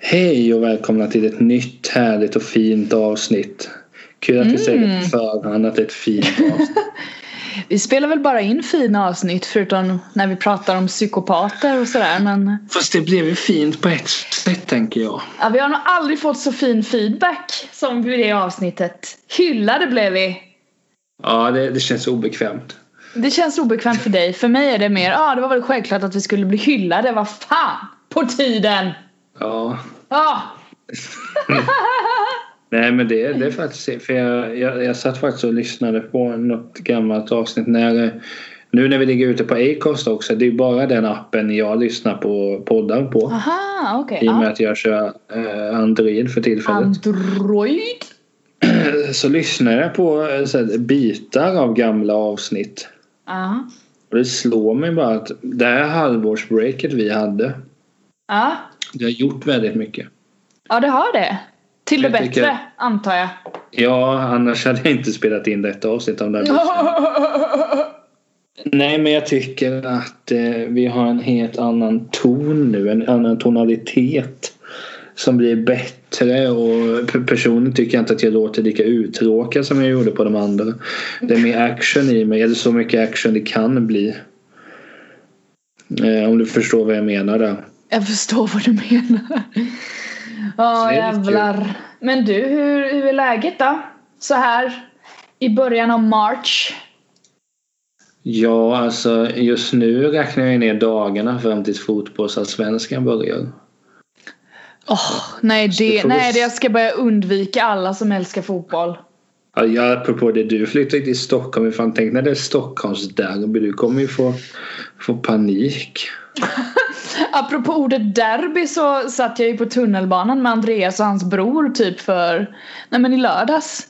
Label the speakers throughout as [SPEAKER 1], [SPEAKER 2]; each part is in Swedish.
[SPEAKER 1] Hej och välkomna till ett nytt härligt och fint avsnitt. Kul att vi säger det på förhand att det är ett fint avsnitt.
[SPEAKER 2] Vi spelar väl bara in fina avsnitt förutom när vi pratar om psykopater och sådär men
[SPEAKER 1] Fast det blev ju fint på ett sätt tänker jag.
[SPEAKER 2] ja, vi har nog aldrig fått så fin feedback som vid det avsnittet. Hyllade blev vi.
[SPEAKER 1] Ja, det, det känns obekvämt.
[SPEAKER 2] Det känns obekvämt för dig. För mig är det mer, ja ah, det var väl självklart att vi skulle bli hyllade. Vad fan! På tiden! Ah!
[SPEAKER 1] Ja.
[SPEAKER 2] Ja!
[SPEAKER 1] Nej men det, det är faktiskt för jag, jag, jag satt faktiskt och lyssnade på något gammalt avsnitt när nu när vi ligger ute på Acast också, det är ju bara den appen jag lyssnar på poddar på.
[SPEAKER 2] Aha, okej.
[SPEAKER 1] I och med
[SPEAKER 2] ja.
[SPEAKER 1] att jag kör eh, Android för tillfället.
[SPEAKER 2] Android?
[SPEAKER 1] så lyssnar jag på eh, så här, bitar av gamla avsnitt.
[SPEAKER 2] Ja.
[SPEAKER 1] Och det slår mig bara att det här halvårsbreaket vi hade,
[SPEAKER 2] Ja.
[SPEAKER 1] det har gjort väldigt mycket.
[SPEAKER 2] Ah. ja, det har det. Till det
[SPEAKER 1] Jag
[SPEAKER 2] bättre,
[SPEAKER 1] tycker-
[SPEAKER 2] antar jag.
[SPEAKER 1] Ja, annars hade jag inte spelat in detta avsnitt om det hade blivit så. Nej, men jag tycker att eh, vi har en helt annan ton nu, en annan tonalitet som blir bättre och p- personligen tycker jag inte att jag låter lika uttråkad som jag gjorde på de andra. Det är mer action i mig, eller så mycket action det kan bli. Eh, om du förstår vad jag menar där.
[SPEAKER 2] Jag förstår vad du menar. Ja,
[SPEAKER 1] Så det är lite
[SPEAKER 2] jävlar. Men du, hur, hur är läget då? Så här i början av March.
[SPEAKER 1] Ja, alltså just nu räknar jag ner dagarna fram tills fotbollsallsvenskan börjar.
[SPEAKER 2] Åh, nej,
[SPEAKER 1] du
[SPEAKER 2] det,
[SPEAKER 1] får
[SPEAKER 2] nej
[SPEAKER 1] väl-
[SPEAKER 2] det, jag ska börja undvika alla som älskar fotboll.
[SPEAKER 1] Ja, jag- apropå det du flyttade till Stockholm ifrån. Tänk när det är Stockholmsderby. Du kommer ju få, få panik.
[SPEAKER 2] Apropå ordet derby så satt jag ju på tunnelbanan med Andreas och hans bror typ för, nej men i lördags.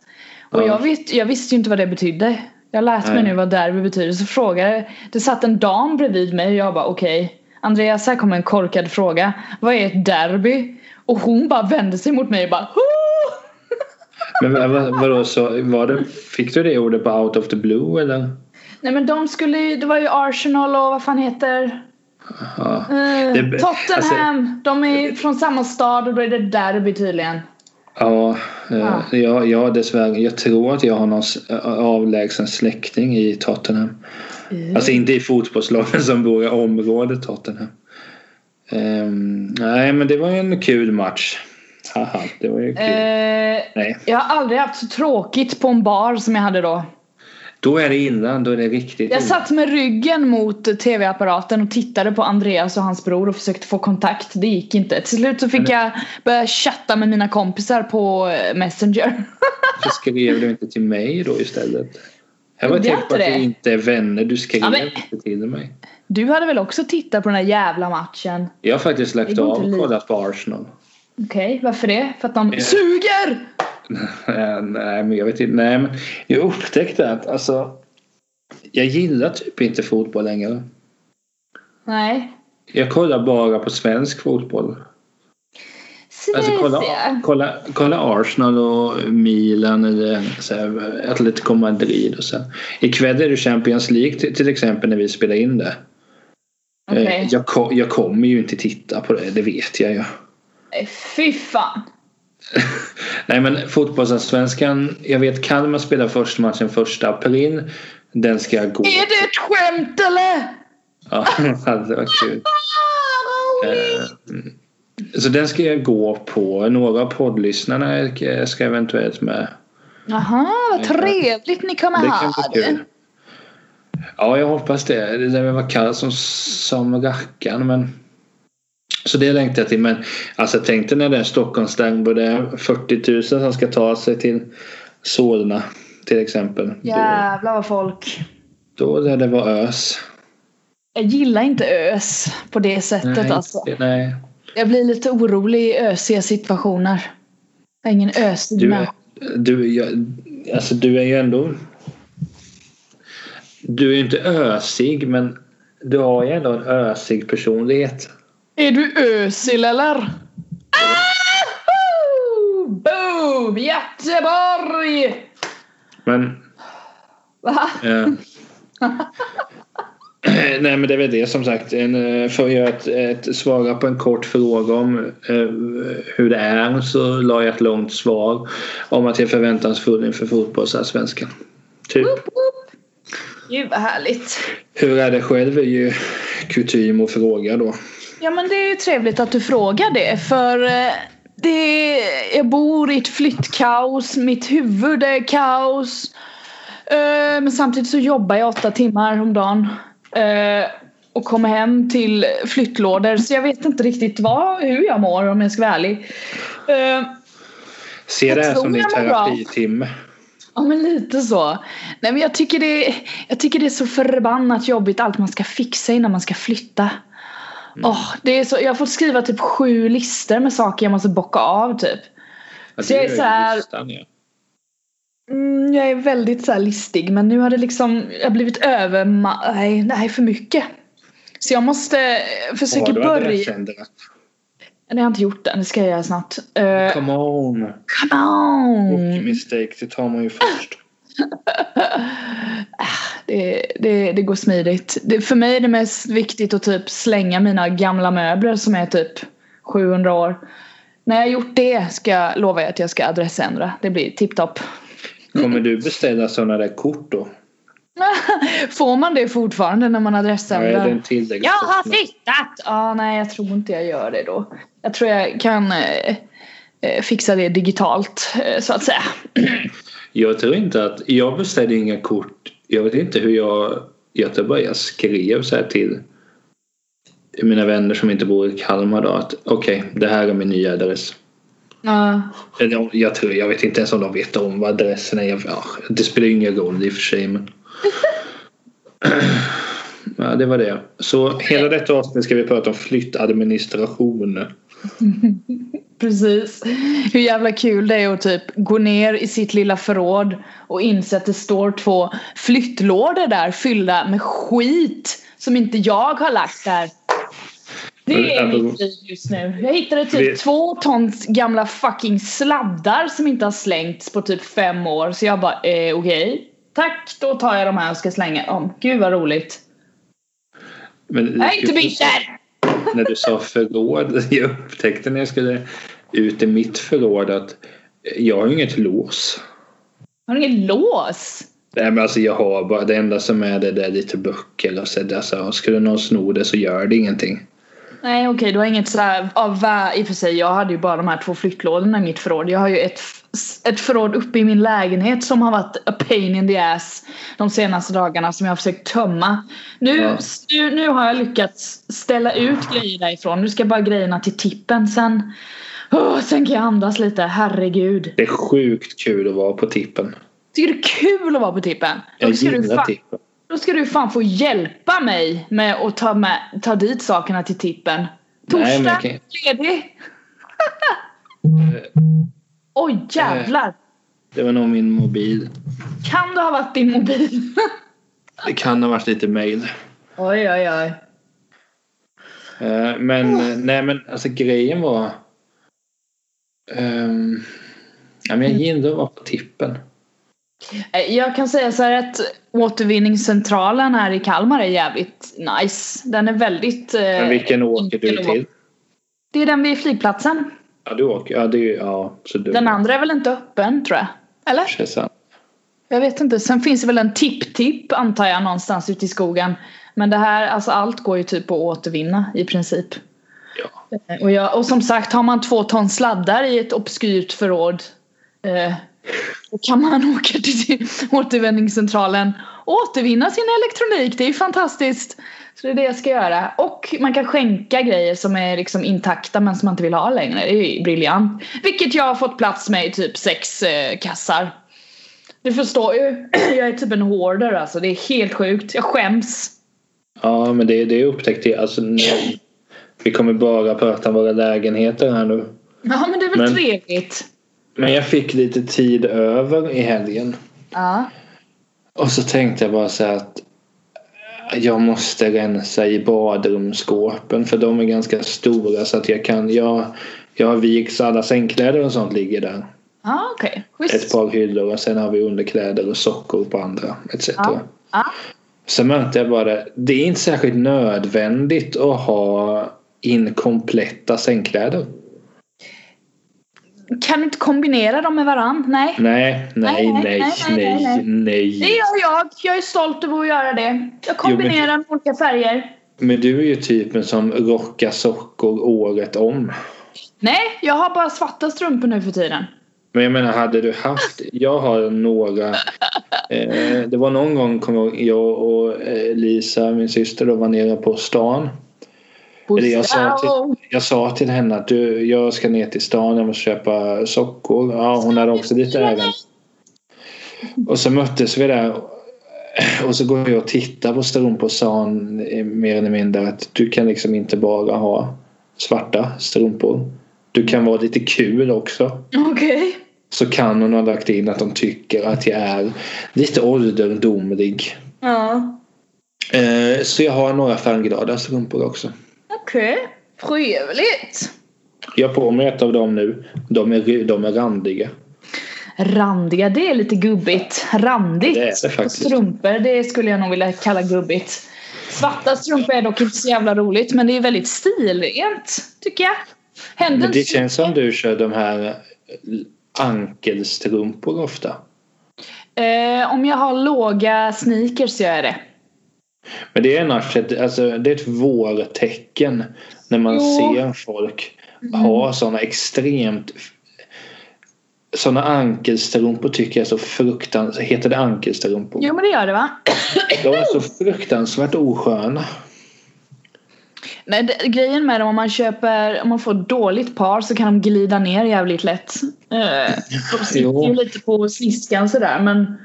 [SPEAKER 2] Och
[SPEAKER 1] Ja.
[SPEAKER 2] jag, vet, jag visste ju inte vad det betydde. Jag läste mig
[SPEAKER 1] Nej.
[SPEAKER 2] nu vad derby betyder så frågade, det satt en dam bredvid mig och jag bara okej. Andreas här kommer en korkad fråga. Vad är ett derby? Och hon bara vände sig mot mig och bara "Hoo!"
[SPEAKER 1] Men vad- vad- vadå, så var det, fick du det ordet på out of the blue eller?
[SPEAKER 2] Nej men de skulle ju, det var ju Arsenal och vad fan heter
[SPEAKER 1] Ja.
[SPEAKER 2] Eh,
[SPEAKER 1] Det alltså- är-
[SPEAKER 2] Tottenham! de är från samma stad och då är det derby tydligen.
[SPEAKER 1] Ja, eh,
[SPEAKER 2] Ja.
[SPEAKER 1] ja, ja dessvärre. Jag tror att jag har någon s- avlägsen släkting i Tottenham.
[SPEAKER 2] Mm.
[SPEAKER 1] Alltså inte i fotbollslagen som bor i området Tottenham. Ehm, nej, men det var ju en kul match. Haha, det var ju kul.
[SPEAKER 2] Eh,
[SPEAKER 1] nej.
[SPEAKER 2] jag har aldrig haft så tråkigt på en bar som jag hade då.
[SPEAKER 1] Då är det innan, då är det riktigt
[SPEAKER 2] Jag
[SPEAKER 1] illa.
[SPEAKER 2] satt med ryggen mot tv-apparaten och tittade på Andreas och hans bror och försökte få kontakt. Det gick inte. Till slut så fick jag börja chatta med mina kompisar på eh, Messenger.
[SPEAKER 1] Varför skrev du inte till mig då istället? Jag var
[SPEAKER 2] Gjorde jag
[SPEAKER 1] tänkt på att
[SPEAKER 2] inte
[SPEAKER 1] vi
[SPEAKER 2] det?
[SPEAKER 1] inte är vänner. Du skrev
[SPEAKER 2] Ja, men-
[SPEAKER 1] inte till mig.
[SPEAKER 2] Du hade väl också tittat på den där jävla matchen?
[SPEAKER 1] Jag har faktiskt
[SPEAKER 2] Det
[SPEAKER 1] lagt
[SPEAKER 2] går
[SPEAKER 1] av
[SPEAKER 2] inte
[SPEAKER 1] och
[SPEAKER 2] lite.
[SPEAKER 1] kollat på Arsenal.
[SPEAKER 2] Okej, varför det? För att de
[SPEAKER 1] Ja.
[SPEAKER 2] suger!
[SPEAKER 1] Eh, Nej, men jag vet inte. Nej, men jag upptäckte att alltså, jag gillar typ inte fotboll längre.
[SPEAKER 2] Nej.
[SPEAKER 1] Jag kollar bara på svensk fotboll. Alltså kolla,
[SPEAKER 2] Snäsiga.
[SPEAKER 1] kolla, kolla Arsenal och Milan eller så här, Atletico Madrid och så. här. Ikväll är det Champions League till, till exempel när vi spelar in det.
[SPEAKER 2] Okej.
[SPEAKER 1] Eh, Jag, ko- jag kommer ju inte titta på det, det vet jag ju.
[SPEAKER 2] Nej, Eh, Fy fan.
[SPEAKER 1] Nej men fotbollsallsvenskan, jag vet Kalmar spelar första matchen första april. Den ska jag gå.
[SPEAKER 2] Är det ett skämt eller?
[SPEAKER 1] Ja, det var kul.
[SPEAKER 2] Ah, roligt.
[SPEAKER 1] Eh, mm. Så den ska jag gå på. Några av poddlyssnarna eh, ska eventuellt med.
[SPEAKER 2] Jaha, vad trevligt ni kommer
[SPEAKER 1] Det
[SPEAKER 2] ha
[SPEAKER 1] kan bli kul. Ja, jag hoppas det. Det lär väl vara kallt som, som rackarn. Men... Så det längtar jag till. Men alltså, tänk dig när det är Stockholmsderby. Det är 40 000 som ska ta sig till Solna till exempel.
[SPEAKER 2] Jävlar vad folk.
[SPEAKER 1] Då, då lär det vara ös.
[SPEAKER 2] Jag gillar inte ös på det sättet
[SPEAKER 1] Nej,
[SPEAKER 2] alltså.
[SPEAKER 1] inte- nej.
[SPEAKER 2] Jag blir lite orolig i ösiga situationer. Jag är ingen ösig
[SPEAKER 1] Du, är-
[SPEAKER 2] människa.
[SPEAKER 1] du, jag, alltså, du är ju ändå... Du är ju inte ösig men du har ju ändå en ösig personlighet.
[SPEAKER 2] Är du ösil eller? Aho! Boom! Göteborg!
[SPEAKER 1] Men
[SPEAKER 2] Va?
[SPEAKER 1] Eh. Nej men det är väl det som sagt. En, eh, för att göra ett, ett, svara på en kort fråga om eh, hur det är så la jag ett långt svar om att jag är förväntansfull inför fotbollsallsvenskan. Typ. Woop, woop.
[SPEAKER 2] Gud vad härligt.
[SPEAKER 1] Hur är det själv är ju kutym att fråga då.
[SPEAKER 2] Ja men det är ju trevligt att du frågar det för eh, det, jag bor i ett flyttkaos, mitt huvud är kaos. Eh, Men samtidigt så jobbar jag åtta timmar om dagen. eh, Och kommer hem till flyttlådor så jag vet inte riktigt vad, hur jag mår om jag ska vara ärlig. Eh,
[SPEAKER 1] Se det här som din terapitimme.
[SPEAKER 2] Ja men lite så. Nej men jag tycker, det, jag tycker det är så förbannat jobbigt allt man ska fixa innan man ska flytta. Mm. Oh, det är så, jag har fått skriva typ sju listor med saker jag måste bocka av typ.
[SPEAKER 1] Ja, så jag är, är så här, listan, ja.
[SPEAKER 2] mm, jag är väldigt så listig men nu har det liksom jag blivit över... Nej, det här är för mycket. Så jag måste försöka oh, börja... Nej, jag har inte gjort den. Det ska jag göra snart. Eh,
[SPEAKER 1] Uh, come on!
[SPEAKER 2] Come on!
[SPEAKER 1] Och mistake, det tar man ju först.
[SPEAKER 2] det, det, det går smidigt. Det, för mig är det mest viktigt att typ slänga mina gamla möbler som är typ 700 år. När jag gjort det ska jag lova att jag ska adressändra. Det blir tipptopp.
[SPEAKER 1] Kommer du beställa sådana där kort då?
[SPEAKER 2] Får man det fortfarande när man adressändrar?
[SPEAKER 1] Nej, det
[SPEAKER 2] jag har flyttat! Ah, nej, jag tror inte jag gör det då. Jag tror jag kan eh, fixa det digitalt eh, så att säga.
[SPEAKER 1] jag tror inte att... Jag beställde inga kort. Jag vet inte hur jag... Jag tror bara jag skrev så här till mina vänner som inte bor i Kalmar då att okej, okay, det här är min nya adress.
[SPEAKER 2] Uh.
[SPEAKER 1] Eller, jag, tror, jag vet inte ens om de vet om vad adressen är. Ja, det spelar ingen roll i och för sig. Men... ja, det var det. Så hela detta avsnitt ska vi prata om flyttadministration.
[SPEAKER 2] Precis. Hur jävla kul det är att typ gå ner i sitt lilla förråd och inse att det står två flyttlådor där fyllda med skit som inte jag har lagt där. Det är mitt liv just nu. Jag hittade typ det... två tons gamla fucking sladdar som inte har slängts på typ fem år. Så jag bara, eh, okej. Okay. Tack, då tar jag de här och ska slänga dem. Gud vad roligt.
[SPEAKER 1] Men,
[SPEAKER 2] jag är inte bitter!
[SPEAKER 1] När du sa förråd, jag upptäckte när jag skulle ut i mitt förråd att jag har inget lås.
[SPEAKER 2] Har du inget lås?
[SPEAKER 1] Nej men alltså jag har bara, det enda som är det där lite böcker och så där, alltså, skulle någon sno det så gör det ingenting.
[SPEAKER 2] Nej okej, okay, du har inget sådär av i och för sig. Jag hade ju bara de här två flyttlådorna i mitt förråd. Jag har ju ett, ett förråd uppe i min lägenhet som har varit a pain in the ass de senaste dagarna som jag har försökt tömma. Nu, ja. nu, nu har jag lyckats ställa ut grejer därifrån. Nu ska bara grejerna till tippen sen. Oh, sen kan jag andas lite, herregud.
[SPEAKER 1] Det är sjukt kul att vara på tippen.
[SPEAKER 2] Tycker du det är kul att vara på tippen?
[SPEAKER 1] Jag gillar tippen.
[SPEAKER 2] Då ska du fan få hjälpa mig med att ta, med, ta dit sakerna till tippen. Torsdag, Nej, kan... ledig.
[SPEAKER 1] Eh,
[SPEAKER 2] Oj oh, jävlar.
[SPEAKER 1] Det var nog min mobil.
[SPEAKER 2] Kan det ha varit din mobil?
[SPEAKER 1] det kan ha varit lite mail.
[SPEAKER 2] Oj oj oj.
[SPEAKER 1] Men, oh. nej men alltså grejen var... Um, ja, men jag gillade att vara på tippen.
[SPEAKER 2] Eh, Jag kan säga så här att återvinningscentralen här i Kalmar är jävligt nice. Den är väldigt... eh,
[SPEAKER 1] Men vilken åker du till?
[SPEAKER 2] Det är den vid flygplatsen.
[SPEAKER 1] Ja, du åker. Ja, det är, ja, så du...
[SPEAKER 2] Den andra är väl inte öppen tror jag? Eller?
[SPEAKER 1] Precis.
[SPEAKER 2] Jag vet inte. Sen finns det väl en tipp-tipp antar jag någonstans ute i skogen. Men det här, alltså allt går ju typ att återvinna i princip.
[SPEAKER 1] Ja.
[SPEAKER 2] Eh, Och, jag, och som sagt, har man två ton sladdar i ett obskyrt förråd eh, då kan man åka till återvinningscentralen och återvinna sin elektronik. Det är ju fantastiskt. Så det är det jag ska göra. Och man kan skänka grejer som är liksom intakta men som man inte vill ha längre. Det är ju briljant. Vilket jag har fått plats med i typ sex eh, kassar. Du förstår ju. jag är typ en hoarder alltså. Det är helt sjukt. Jag skäms.
[SPEAKER 1] Ja men det, det upptäckte jag. Alltså, nej. vi kommer bara prata om våra lägenheter här nu.
[SPEAKER 2] Ja men det är väl men... trevligt.
[SPEAKER 1] Men jag fick lite tid över i helgen.
[SPEAKER 2] Ja.
[SPEAKER 1] Och så tänkte jag bara så här att jag måste rensa i badrumsskåpen för de är ganska stora så att jag kan. Jag, jag har vikt så alla sängkläder och sånt ligger där.
[SPEAKER 2] Ja, okej. Okay.
[SPEAKER 1] Ett par hyllor och sen har vi underkläder och sockor på andra etc.
[SPEAKER 2] Ja. Ja.
[SPEAKER 1] Så möter jag bara det är inte särskilt nödvändigt att ha inkompletta sängkläder.
[SPEAKER 2] Kan du inte kombinera dem med varann? Nej.
[SPEAKER 1] Nej, nej, nej, nej,
[SPEAKER 2] Det
[SPEAKER 1] nej.
[SPEAKER 2] gör jag. Jag är stolt över att göra det. Jag kombinerar med olika färger.
[SPEAKER 1] Men du är ju typen som rockar sockor året om.
[SPEAKER 2] Nej, jag har bara svarta strumpor nu för tiden.
[SPEAKER 1] Men jag menar hade du haft, jag har några eh, Det var någon gång kommer jag ihåg, jag och eh, Lisa, min syster då var nere på stan
[SPEAKER 2] Bosse,
[SPEAKER 1] Eller jag sa
[SPEAKER 2] åh,
[SPEAKER 1] till, jag sa till henne att du, jag ska ner till stan, jag måste köpa sockor. Ja, hon hade också lite även. Och så möttes vi där. Och så går jag och tittar på strumpor och sa hon eh, mer eller mindre att du kan liksom inte bara ha svarta strumpor. Du kan vara lite kul också.
[SPEAKER 2] Okej.
[SPEAKER 1] Så kan hon ha lagt in att de tycker att jag är lite ålderdomlig.
[SPEAKER 2] Ja.
[SPEAKER 1] Eh, Så jag har några färgglada strumpor också.
[SPEAKER 2] Okej. Trevligt.
[SPEAKER 1] Jag har på mig ett av dem nu. De är, de är randiga.
[SPEAKER 2] Randiga, det är lite gubbigt. Randigt.
[SPEAKER 1] Det är det
[SPEAKER 2] Och
[SPEAKER 1] faktiskt.
[SPEAKER 2] Strumpor, det skulle jag nog vilja kalla gubbigt. Svarta strumpor är dock inte så jävla roligt men det är väldigt stilrent tycker jag. Händer
[SPEAKER 1] Men det
[SPEAKER 2] inte så
[SPEAKER 1] känns som du kör de här ankelstrumpor ofta.
[SPEAKER 2] Eh, om jag har låga sneakers gör jag det.
[SPEAKER 1] Men det är annars ett, alltså, det är ett vårtecken när man
[SPEAKER 2] Jo. Mm.
[SPEAKER 1] ser folk ha sådana extremt sådana ankelstrumpor tycker jag är så fruktansvärt, heter det ankelstrumpor?
[SPEAKER 2] Jo men det gör det va?
[SPEAKER 1] De är så fruktansvärt osköna.
[SPEAKER 2] Nej, det, grejen med dem om man köper, om man får ett dåligt par så kan de glida ner jävligt lätt. Eh, de sitter ju
[SPEAKER 1] Jo.
[SPEAKER 2] lite på sniskan sådär men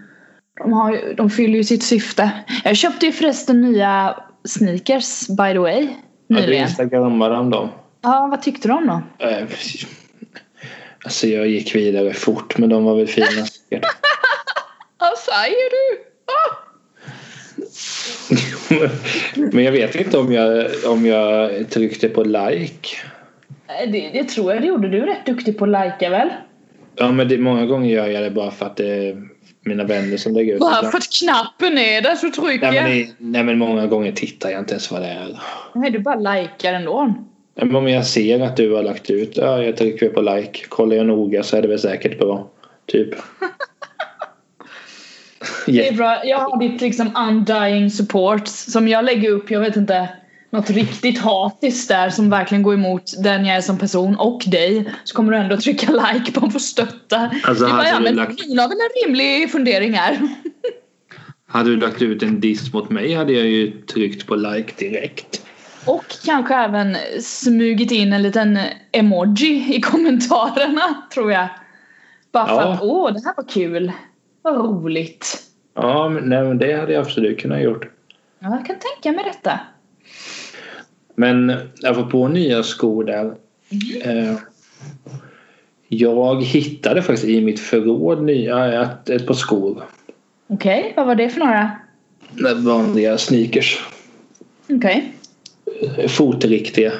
[SPEAKER 2] de, har, ju- de fyller ju sitt syfte. Jag köpte ju förresten nya sneakers by the way.
[SPEAKER 1] Att du
[SPEAKER 2] Nyligen.
[SPEAKER 1] instagrammar om dem.
[SPEAKER 2] Ja, vad tyckte du om dem?
[SPEAKER 1] Eh, Alltså jag gick vidare fort men de var väl fina säkert.
[SPEAKER 2] Vad säger du? Ah!
[SPEAKER 1] Men jag vet inte om jag, om jag tryckte på like.
[SPEAKER 2] Nej, Eh, Det, det tror jag det gjorde. Du är rätt duktig på att likea väl?
[SPEAKER 1] Ja men det, många gånger gör jag det bara för att det är mina vänner som lägger ut
[SPEAKER 2] Bara
[SPEAKER 1] det.
[SPEAKER 2] för att knappen är där så trycker
[SPEAKER 1] Nej men,
[SPEAKER 2] jag.
[SPEAKER 1] det, nej men många gånger tittar jag inte ens vad det är.
[SPEAKER 2] Nej, du bara likar ändå.
[SPEAKER 1] Nej, Men om jag ser att du har lagt ut, ja jag trycker på like. Kollar jag noga så är det väl säkert bra. Typ.
[SPEAKER 2] Det är bra. Jag har ditt liksom undying support som jag lägger upp, jag vet inte, något riktigt hatiskt där som verkligen går emot den jag är som person och dig. Så kommer du ändå trycka like bara för att stötta.
[SPEAKER 1] Alltså,
[SPEAKER 2] Det är bara,
[SPEAKER 1] hade
[SPEAKER 2] ja,
[SPEAKER 1] du
[SPEAKER 2] men
[SPEAKER 1] lagt-
[SPEAKER 2] Hon har väl en rimlig fundering här.
[SPEAKER 1] Hade du lagt ut en diss mot mig hade jag ju tryckt på like direkt.
[SPEAKER 2] Och kanske även smugit in en liten emoji i kommentarerna tror jag. Bara för
[SPEAKER 1] Ja.
[SPEAKER 2] att åh, det här var kul. Vad roligt.
[SPEAKER 1] Ja men, nej, men det hade jag absolut kunnat gjort.
[SPEAKER 2] Ja, jag kan tänka mig detta.
[SPEAKER 1] Men apropå nya skor där. Eh, jag hittade faktiskt i mitt förråd nya, eh, ett, ett par skor.
[SPEAKER 2] Okej, vad var det för några?
[SPEAKER 1] Vanliga sneakers.
[SPEAKER 2] Okej.
[SPEAKER 1] Eh, Fotriktiga.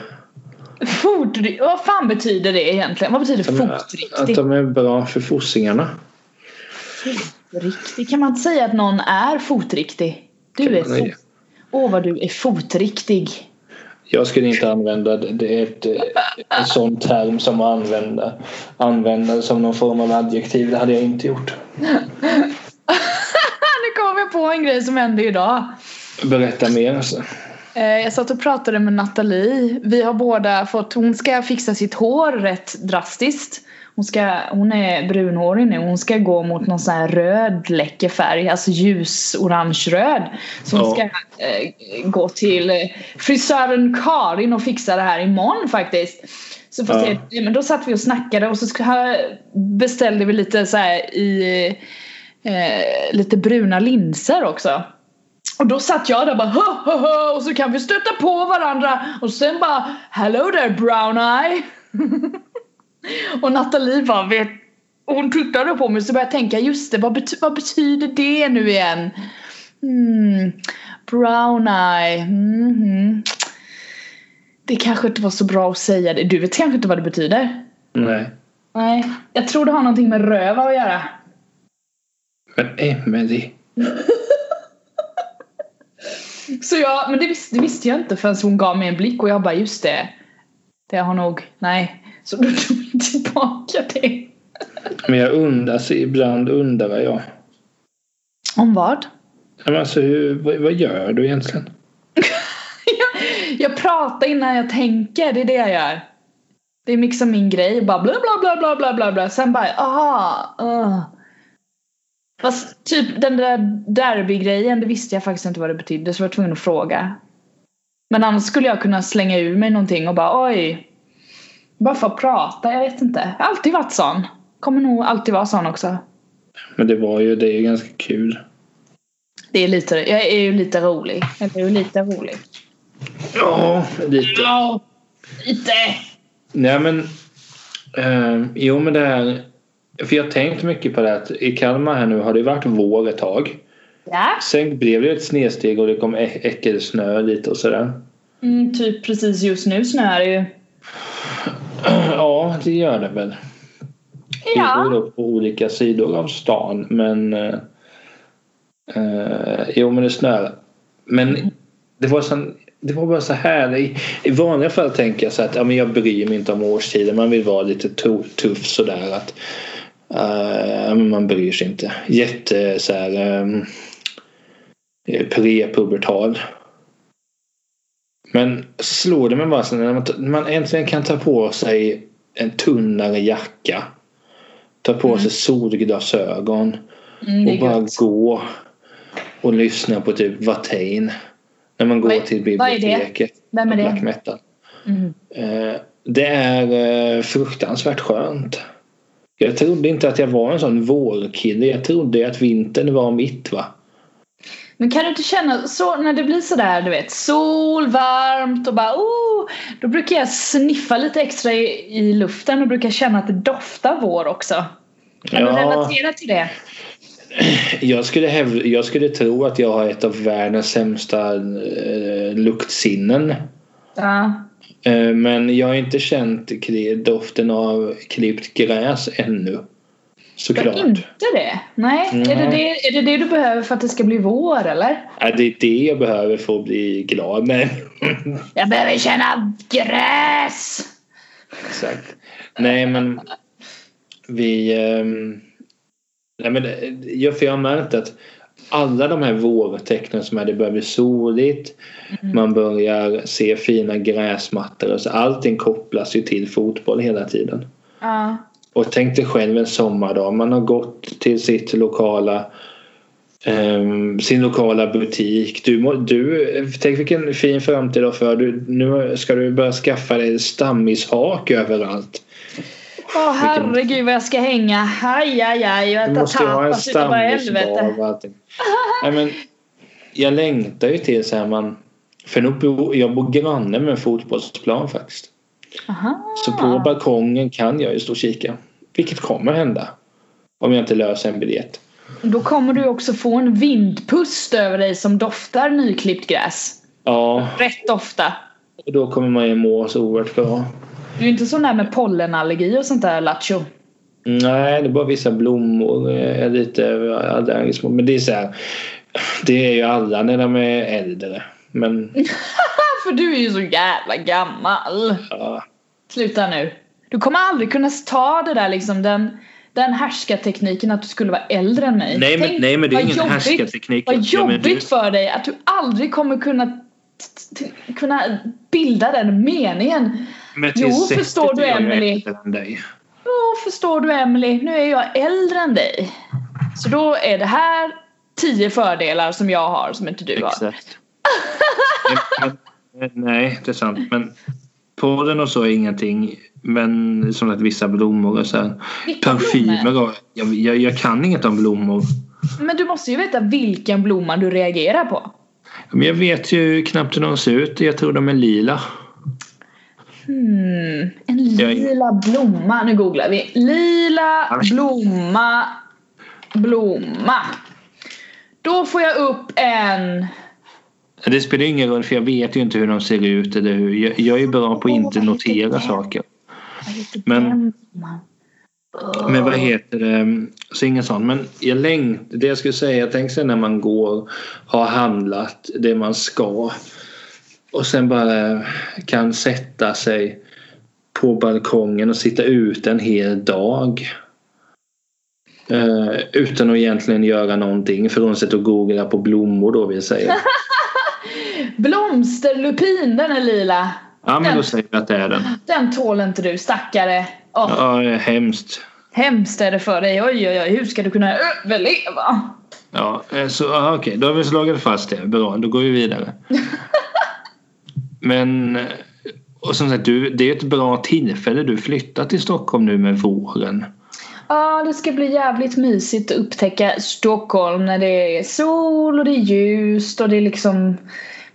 [SPEAKER 2] Fotri- vad fan betyder det egentligen? Vad betyder
[SPEAKER 1] Att
[SPEAKER 2] fotriktig?
[SPEAKER 1] de är bra för fossingarna.
[SPEAKER 2] Fotriktig? Kan man inte säga att någon är fotriktig? Du är
[SPEAKER 1] man
[SPEAKER 2] fot...
[SPEAKER 1] säga.
[SPEAKER 2] Åh vad du är fotriktig.
[SPEAKER 1] Jag skulle inte använda det. Det är ett, eh, en sån term som man använder, använder som någon form av adjektiv. Det hade jag inte gjort.
[SPEAKER 2] nu kom jag på en grej som hände idag.
[SPEAKER 1] Berätta mer. Alltså.
[SPEAKER 2] Eh, Jag satt och pratade med Nathalie. Vi har båda fått, hon ska fixa sitt hår rätt drastiskt. Hon, ska, hon är brunhårig nu. Hon ska gå mot någon sån här röd läcker färg. Alltså ljus orange röd. Så hon
[SPEAKER 1] Ja.
[SPEAKER 2] ska eh, gå till eh, frisören Karin och fixa det här imorgon faktiskt. Så får
[SPEAKER 1] Ja.
[SPEAKER 2] se. Nej, Men då satt vi och snackade och så ska- beställde vi lite så här i eh, lite bruna linser också. Och då satt jag där bara hö, hö, hö, och så kan vi stöta på varandra och sen bara Hello there brown eye Och Nathalie bara vet Hon tittade på mig så började jag tänka just det vad, bety- vad betyder det nu igen? Hmm, brown eye mhm. Det kanske inte var så bra att säga det Du vet kanske inte vad det betyder?
[SPEAKER 1] Nej.
[SPEAKER 2] Nej, jag tror det har någonting med röva att göra
[SPEAKER 1] Men Emelie.
[SPEAKER 2] Så jag, men det, vis, det visste jag inte förrän hon gav mig en blick och jag bara just det. Det har nog, nej. Så då tog jag tillbaka det.
[SPEAKER 1] Men jag undrar, alltså, ibland undrar jag.
[SPEAKER 2] Om vad?
[SPEAKER 1] Ja, men Alltså, hur, vad, vad gör du egentligen?
[SPEAKER 2] Jag pratar innan jag tänker, det är det jag gör. Det är liksom min grej, bara bla bla bla bla bla bla bla. Sen bara, aha, uh. Fast typ den där derbygrejen, det visste jag faktiskt inte vad det betydde så jag var tvungen att fråga. Men annars skulle jag kunna slänga ur mig någonting och bara oj. Bara för att prata, jag vet inte. Jag har alltid varit sån. Kommer nog alltid vara sån också.
[SPEAKER 1] Men det var ju, det är ju ganska kul.
[SPEAKER 2] Det är lite, jag är ju lite rolig. Eller är ju lite rolig.
[SPEAKER 1] Ja, lite.
[SPEAKER 2] Ja, lite.
[SPEAKER 1] Nej men. Eh, jo men det här. För jag har tänkt mycket på det här. att I Kalmar här nu har det varit vår ett tag.
[SPEAKER 2] Ja.
[SPEAKER 1] Sen blev det ett snedsteg och det kom ä- äckelsnö lite och sådär.
[SPEAKER 2] Mm, typ precis just nu snöar det ju.
[SPEAKER 1] Ja, det gör det väl. Det går
[SPEAKER 2] Ja.
[SPEAKER 1] upp på olika sidor av stan men. Eh, eh, jo men det snöar. Men det var sån det var bara så här. I, I vanliga fall tänker jag så att ja, men jag bryr mig inte om årstider. Man vill vara lite to, tuff sådär att eh, ja, men man bryr sig inte. Jätte så här um, prepubertal. Men slår det mig bara så när man, när man äntligen kan ta på sig en tunnare jacka. Ta på sig solglasögon
[SPEAKER 2] Mm, det
[SPEAKER 1] och
[SPEAKER 2] är
[SPEAKER 1] bara
[SPEAKER 2] gött.
[SPEAKER 1] gå och lyssna på typ Watain. När man går
[SPEAKER 2] Vad-
[SPEAKER 1] till
[SPEAKER 2] vad är det?
[SPEAKER 1] biblioteket.
[SPEAKER 2] Vem är
[SPEAKER 1] Black
[SPEAKER 2] det?
[SPEAKER 1] metal.
[SPEAKER 2] Mm.
[SPEAKER 1] Eh, Det är eh, fruktansvärt skönt. Jag trodde inte att jag var en sån vårkille. Jag trodde att vintern var mitt va.
[SPEAKER 2] Men kan du inte känna så när det blir sådär du vet sol, varmt och bara oh, Då brukar jag sniffa lite extra i, i luften och brukar känna att det doftar vår också. Kan du
[SPEAKER 1] Ja,
[SPEAKER 2] relatera till det?
[SPEAKER 1] jag, skulle häv- jag skulle tro att jag har ett av världens sämsta eh, luktsinnen.
[SPEAKER 2] Ja.
[SPEAKER 1] Eh, Men jag har inte känt kli- doften av klippt gräs ännu.
[SPEAKER 2] Du har
[SPEAKER 1] Såklart.
[SPEAKER 2] inte det? Nej. Är, det
[SPEAKER 1] Nej.
[SPEAKER 2] det, är det det du behöver för att det ska bli vår eller?
[SPEAKER 1] Ja, Äh, det är det jag behöver för att bli glad. Men,
[SPEAKER 2] Jag behöver känna gräs!
[SPEAKER 1] exakt. Nej men vi... ehm, nej, men, det- jag, för jag har märkt att alla de här vårtecknen som är det börjar bli soligt. Man börjar se fina gräsmattor. och så allting kopplas ju till fotboll hela tiden.
[SPEAKER 2] Ja.
[SPEAKER 1] Och tänk dig själv en sommardag. Man har gått till sitt lokala ehm, sin lokala butik. Du, må, du, tänk vilken fin framtid du har för du, Nu ska du börja skaffa dig stammishak överallt.
[SPEAKER 2] Åh herregud vad jag ska hänga. Aj aj aj. Jag
[SPEAKER 1] Du
[SPEAKER 2] tar
[SPEAKER 1] måste ju ha en
[SPEAKER 2] tapas utav bara
[SPEAKER 1] stammisbar
[SPEAKER 2] helvete.
[SPEAKER 1] och allting. Nej, men, jag längtar ju till så här man för nu bor, jag bor granne med en fotbollsplan faktiskt.
[SPEAKER 2] Aha.
[SPEAKER 1] Så på balkongen kan jag ju stå och kika. Vilket kommer hända. Om jag inte löser en biljett.
[SPEAKER 2] Då kommer du också få en vindpust över dig som doftar nyklippt gräs.
[SPEAKER 1] Ja,
[SPEAKER 2] Rätt ofta.
[SPEAKER 1] och då kommer man ju må så oerhört bra.
[SPEAKER 2] Du är inte sån där med pollenallergi och sånt där lattjo.
[SPEAKER 1] Nej, det är bara vissa blommor. Jag är lite allergisk mot. Men det är så här. Det är ju alla när de är äldre. Men
[SPEAKER 2] För du är ju så jävla gammal.
[SPEAKER 1] ja,
[SPEAKER 2] Sluta nu. Du kommer aldrig kunna ta det där liksom den, den härskartekniken att du skulle vara äldre än mig.
[SPEAKER 1] Nej, men- nej, men det är ingen härskarteknik.
[SPEAKER 2] Vad
[SPEAKER 1] Ja, men
[SPEAKER 2] jobbigt
[SPEAKER 1] du-
[SPEAKER 2] för dig att du aldrig kommer kunna, t- t- kunna bilda den meningen.
[SPEAKER 1] men
[SPEAKER 2] Jo,
[SPEAKER 1] sättet
[SPEAKER 2] förstår du,
[SPEAKER 1] är jag ju
[SPEAKER 2] Emily.
[SPEAKER 1] äldre än dig.
[SPEAKER 2] Jo, förstår du Emily, nu är jag äldre än dig. Så då är det här tio fördelar som jag har som inte du har.
[SPEAKER 1] Exakt. Men- men- Nej, det är sant. Men pollen och så är ingenting. Men som sagt vissa blommor och så här.
[SPEAKER 2] Vilka blommor?
[SPEAKER 1] Parfymer och, jag, jag, jag kan inget om blommor.
[SPEAKER 2] Men du måste ju veta vilken blomma du reagerar på.
[SPEAKER 1] Men jag vet ju knappt hur de ser ut. Jag tror de är lila.
[SPEAKER 2] Hmm, en
[SPEAKER 1] Jag är-
[SPEAKER 2] lila blomma. Nu googlar vi. Lila
[SPEAKER 1] men-
[SPEAKER 2] blomma blomma. Då får jag upp en...
[SPEAKER 1] Det spelar ingen roll för jag vet ju inte hur de ser ut eller hur. Jag, jag är bra på att inte notera saker.
[SPEAKER 2] Vad heter
[SPEAKER 1] Men-
[SPEAKER 2] den blomman?
[SPEAKER 1] Men vad heter det? Så inget sånt. Men jag längt, det jag skulle säga, tänk sig när man går, har handlat det man ska och sen bara kan sätta sig på balkongen och sitta ute en hel dag. Eh, utan att egentligen göra någonting förutom att googla på blommor då vill säga.
[SPEAKER 2] Blomsterlupin, den är lila.
[SPEAKER 1] Ja men
[SPEAKER 2] Den-
[SPEAKER 1] då säger vi att det är den.
[SPEAKER 2] Den tål inte du, stackare. Åh,
[SPEAKER 1] Ja, det är hemskt.
[SPEAKER 2] Hemskt är det för dig. Oj, oj, oj. Hur ska du kunna överleva?
[SPEAKER 1] Ja, eh, så ja, okej, då har vi slagit fast det. Bra, då går vi vidare. Men eh, och som sagt, du, det är ett bra tillfälle. Du flyttar till Stockholm nu med våren.
[SPEAKER 2] Ja, det ska bli jävligt mysigt att upptäcka Stockholm när det är sol och det är ljust och det är liksom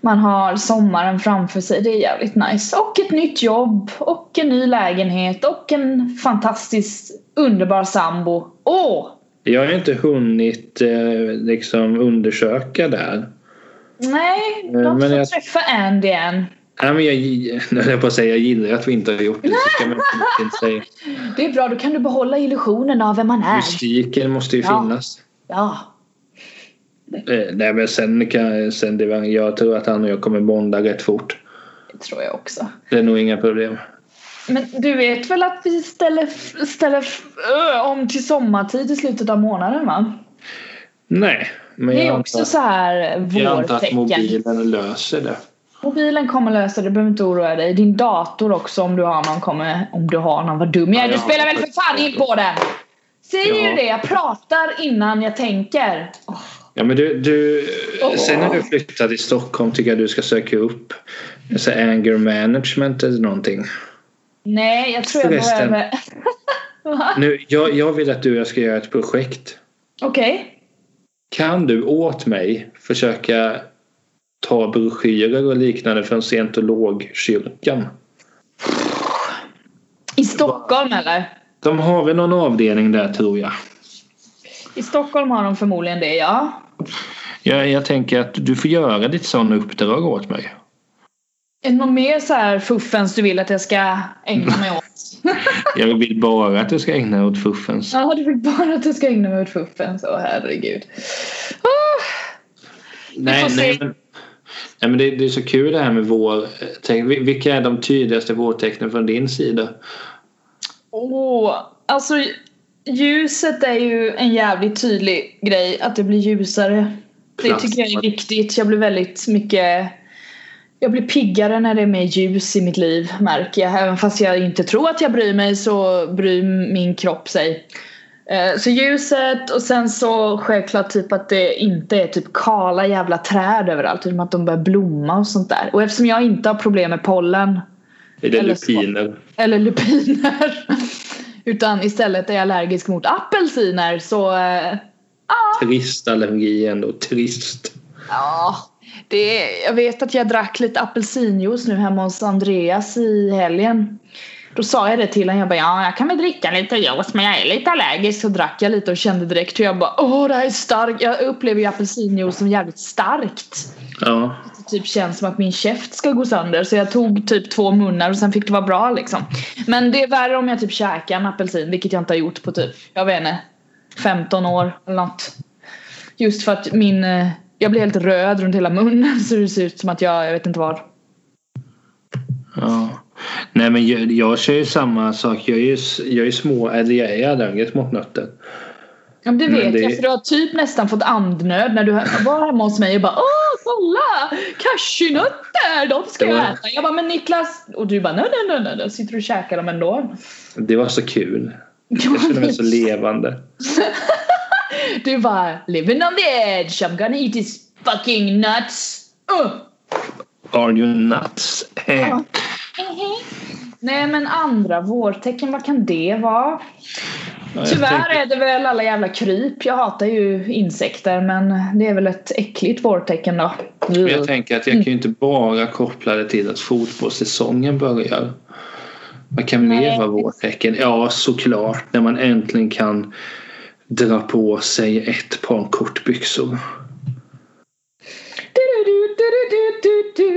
[SPEAKER 2] man har sommaren framför sig. Det är jävligt nice. Och ett nytt jobb och en ny lägenhet och en fantastisk underbar sambo. Åh!
[SPEAKER 1] Jag har inte hunnit eh, liksom undersöka där.
[SPEAKER 2] Nej,
[SPEAKER 1] Eh,
[SPEAKER 2] de
[SPEAKER 1] men
[SPEAKER 2] får
[SPEAKER 1] jag-
[SPEAKER 2] träffa Andy än.
[SPEAKER 1] Nej, men jag, gi- nu höll jag på att säga, jag gillar att vi inte har gjort det. Så ska man inte säga.
[SPEAKER 2] Det är bra, då kan du behålla illusionen av vem man är.
[SPEAKER 1] Mystiken måste ju
[SPEAKER 2] Ja.
[SPEAKER 1] finnas.
[SPEAKER 2] Ja.
[SPEAKER 1] Eh, Nej, men sen kan sen det, var- jag tror att han och jag kommer bonda rätt fort.
[SPEAKER 2] Det tror jag också.
[SPEAKER 1] Det är nog inga problem.
[SPEAKER 2] Men du vet väl att vi ställer, ställer ö, om till sommartid i slutet av månaden va?
[SPEAKER 1] Nej, men
[SPEAKER 2] Det
[SPEAKER 1] jag
[SPEAKER 2] är
[SPEAKER 1] antar-
[SPEAKER 2] också så här
[SPEAKER 1] Jag antar att
[SPEAKER 2] vårtecken.
[SPEAKER 1] mobilen löser det.
[SPEAKER 2] Mobilen kommer lösa det, du behöver inte oroa dig. Din dator också om du har någon kommer, om du har någon, vad dum jag är.
[SPEAKER 1] Ja,
[SPEAKER 2] Du
[SPEAKER 1] jag
[SPEAKER 2] spelar
[SPEAKER 1] har
[SPEAKER 2] väl för fan in på den! Säger
[SPEAKER 1] Ja.
[SPEAKER 2] ju det, jag pratar innan jag tänker. Åh,
[SPEAKER 1] Ja, men du, du,
[SPEAKER 2] Åh.
[SPEAKER 1] Sen när du flyttar till Stockholm tycker jag du ska söka upp så här, anger management eller någonting.
[SPEAKER 2] nej, jag tror jag
[SPEAKER 1] Förresten.
[SPEAKER 2] behöver... Va?
[SPEAKER 1] Nu, jag, jag vill att du och jag ska göra ett projekt.
[SPEAKER 2] Okej.
[SPEAKER 1] Kan du åt mig försöka ta broschyrer och liknande från scientologkyrkan?
[SPEAKER 2] I Stockholm eller?
[SPEAKER 1] De har väl någon avdelning där tror jag.
[SPEAKER 2] I Stockholm har de förmodligen det, ja.
[SPEAKER 1] Jag, jag tänker att du får göra ditt sådana uppdrag åt mig.
[SPEAKER 2] Är det något mer så här fuffens du vill att jag ska ägna mig åt?
[SPEAKER 1] Jag vill bara att du ska ägna dig åt fuffens.
[SPEAKER 2] Ja, du vill bara att jag ska ägna mig åt fuffens. Åh herregud. Ah,
[SPEAKER 1] Nej,
[SPEAKER 2] får
[SPEAKER 1] nej,
[SPEAKER 2] se.
[SPEAKER 1] men, nej, men det, det är så kul det här med vår. Tänk, vil- vilka är de tydligaste vårtecknen från din sida?
[SPEAKER 2] Åh, alltså ljuset är ju en jävligt tydlig grej. Att det blir ljusare. Det
[SPEAKER 1] Plast.
[SPEAKER 2] tycker jag är viktigt. Jag blir väldigt mycket... Jag blir piggare när det är mer ljus i mitt liv märker jag. Även fast jag inte tror att jag bryr mig så bryr min kropp sig. Eh, Så ljuset och sen så självklart typ att det inte är typ kala jävla träd överallt utan att de börjar blomma och sånt där. Och eftersom jag inte har problem med pollen
[SPEAKER 1] Är det
[SPEAKER 2] Eller så.
[SPEAKER 1] lupiner?
[SPEAKER 2] eller lupiner. Utan istället är jag allergisk mot apelsiner så eh,
[SPEAKER 1] Trist allergi ändå. Trist.
[SPEAKER 2] ja. Det är, jag vet att jag drack lite apelsinjuice nu hemma hos Andreas i helgen. Då sa jag det till honom. Jag bara ja, jag kan väl dricka lite juice men jag är lite allergisk. Så drack jag lite och kände direkt hur jag bara åh det här är starkt. Jag upplever ju apelsinjuice som jävligt starkt.
[SPEAKER 1] Ja.
[SPEAKER 2] typ känns som att min käft ska gå sönder så jag tog typ två munnar och sen fick det vara bra liksom. Men det är värre om jag typ käkar en apelsin vilket jag inte har gjort på typ, jag vet inte, 15 år eller något. Just för att min, eh, jag blir helt röd runt hela munnen så det ser ut som att jag, jag vet inte var.
[SPEAKER 1] ja. Nej men jag, jag kör ju samma sak. Jag är ju, s- jag är ju små, eller jag är allergisk mot nötter.
[SPEAKER 2] Ja men det
[SPEAKER 1] Men
[SPEAKER 2] vet
[SPEAKER 1] det-
[SPEAKER 2] jag för du har typ nästan fått andnöd när du var hemma hos mig och bara åh kolla cashewnötter de ska
[SPEAKER 1] Det var-
[SPEAKER 2] jag äta. Jag bara men Niklas och du bara nej nej nej nej då sitter du och käkar dem ändå.
[SPEAKER 1] Det var så kul. Jag känner mig så levande.
[SPEAKER 2] Du bara living on the edge, I'm gonna eat these fucking nuts. Uh.
[SPEAKER 1] Are you nuts? Eh.
[SPEAKER 2] Nej men andra vårtecken, vad kan det vara?
[SPEAKER 1] Ja, jag
[SPEAKER 2] Tyvärr
[SPEAKER 1] tänker-
[SPEAKER 2] är det väl alla jävla kryp. Jag hatar ju insekter men det är väl ett äckligt vårtecken då.
[SPEAKER 1] Men
[SPEAKER 2] Mm.
[SPEAKER 1] jag tänker att jag kan ju inte bara koppla det till att fotbollssäsongen börjar. Vad kan
[SPEAKER 2] Nej.
[SPEAKER 1] mer vara vårtecken? Ja, såklart. När man äntligen kan dra på sig ett par kortbyxor.
[SPEAKER 2] Du-du-du-du-du-du-du.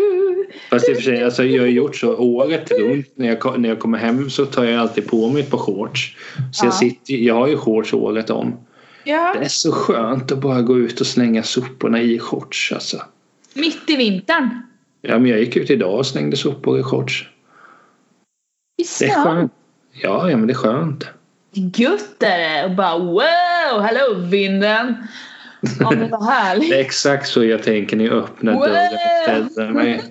[SPEAKER 1] Fast i och för sig, alltså, jag har gjort så året runt. När jag, ko- när jag kommer hem så tar jag alltid på mig ett par shorts. Så jag,
[SPEAKER 2] Ja.
[SPEAKER 1] sitter, jag har ju shorts året om.
[SPEAKER 2] Ja.
[SPEAKER 1] Det är så skönt att bara gå ut och slänga soporna i shorts alltså.
[SPEAKER 2] Mitt i vintern.
[SPEAKER 1] Ja, men jag gick ut idag och slängde sopor i shorts.
[SPEAKER 2] I
[SPEAKER 1] Det är
[SPEAKER 2] snön.
[SPEAKER 1] skönt. Ja, ja men det är skönt.
[SPEAKER 2] Gött är det. Och bara wow, hallå vinden. Ja men vad härligt.
[SPEAKER 1] Det är exakt så jag tänker när jag öppnar
[SPEAKER 2] Wow!
[SPEAKER 1] dörren och ställer mig.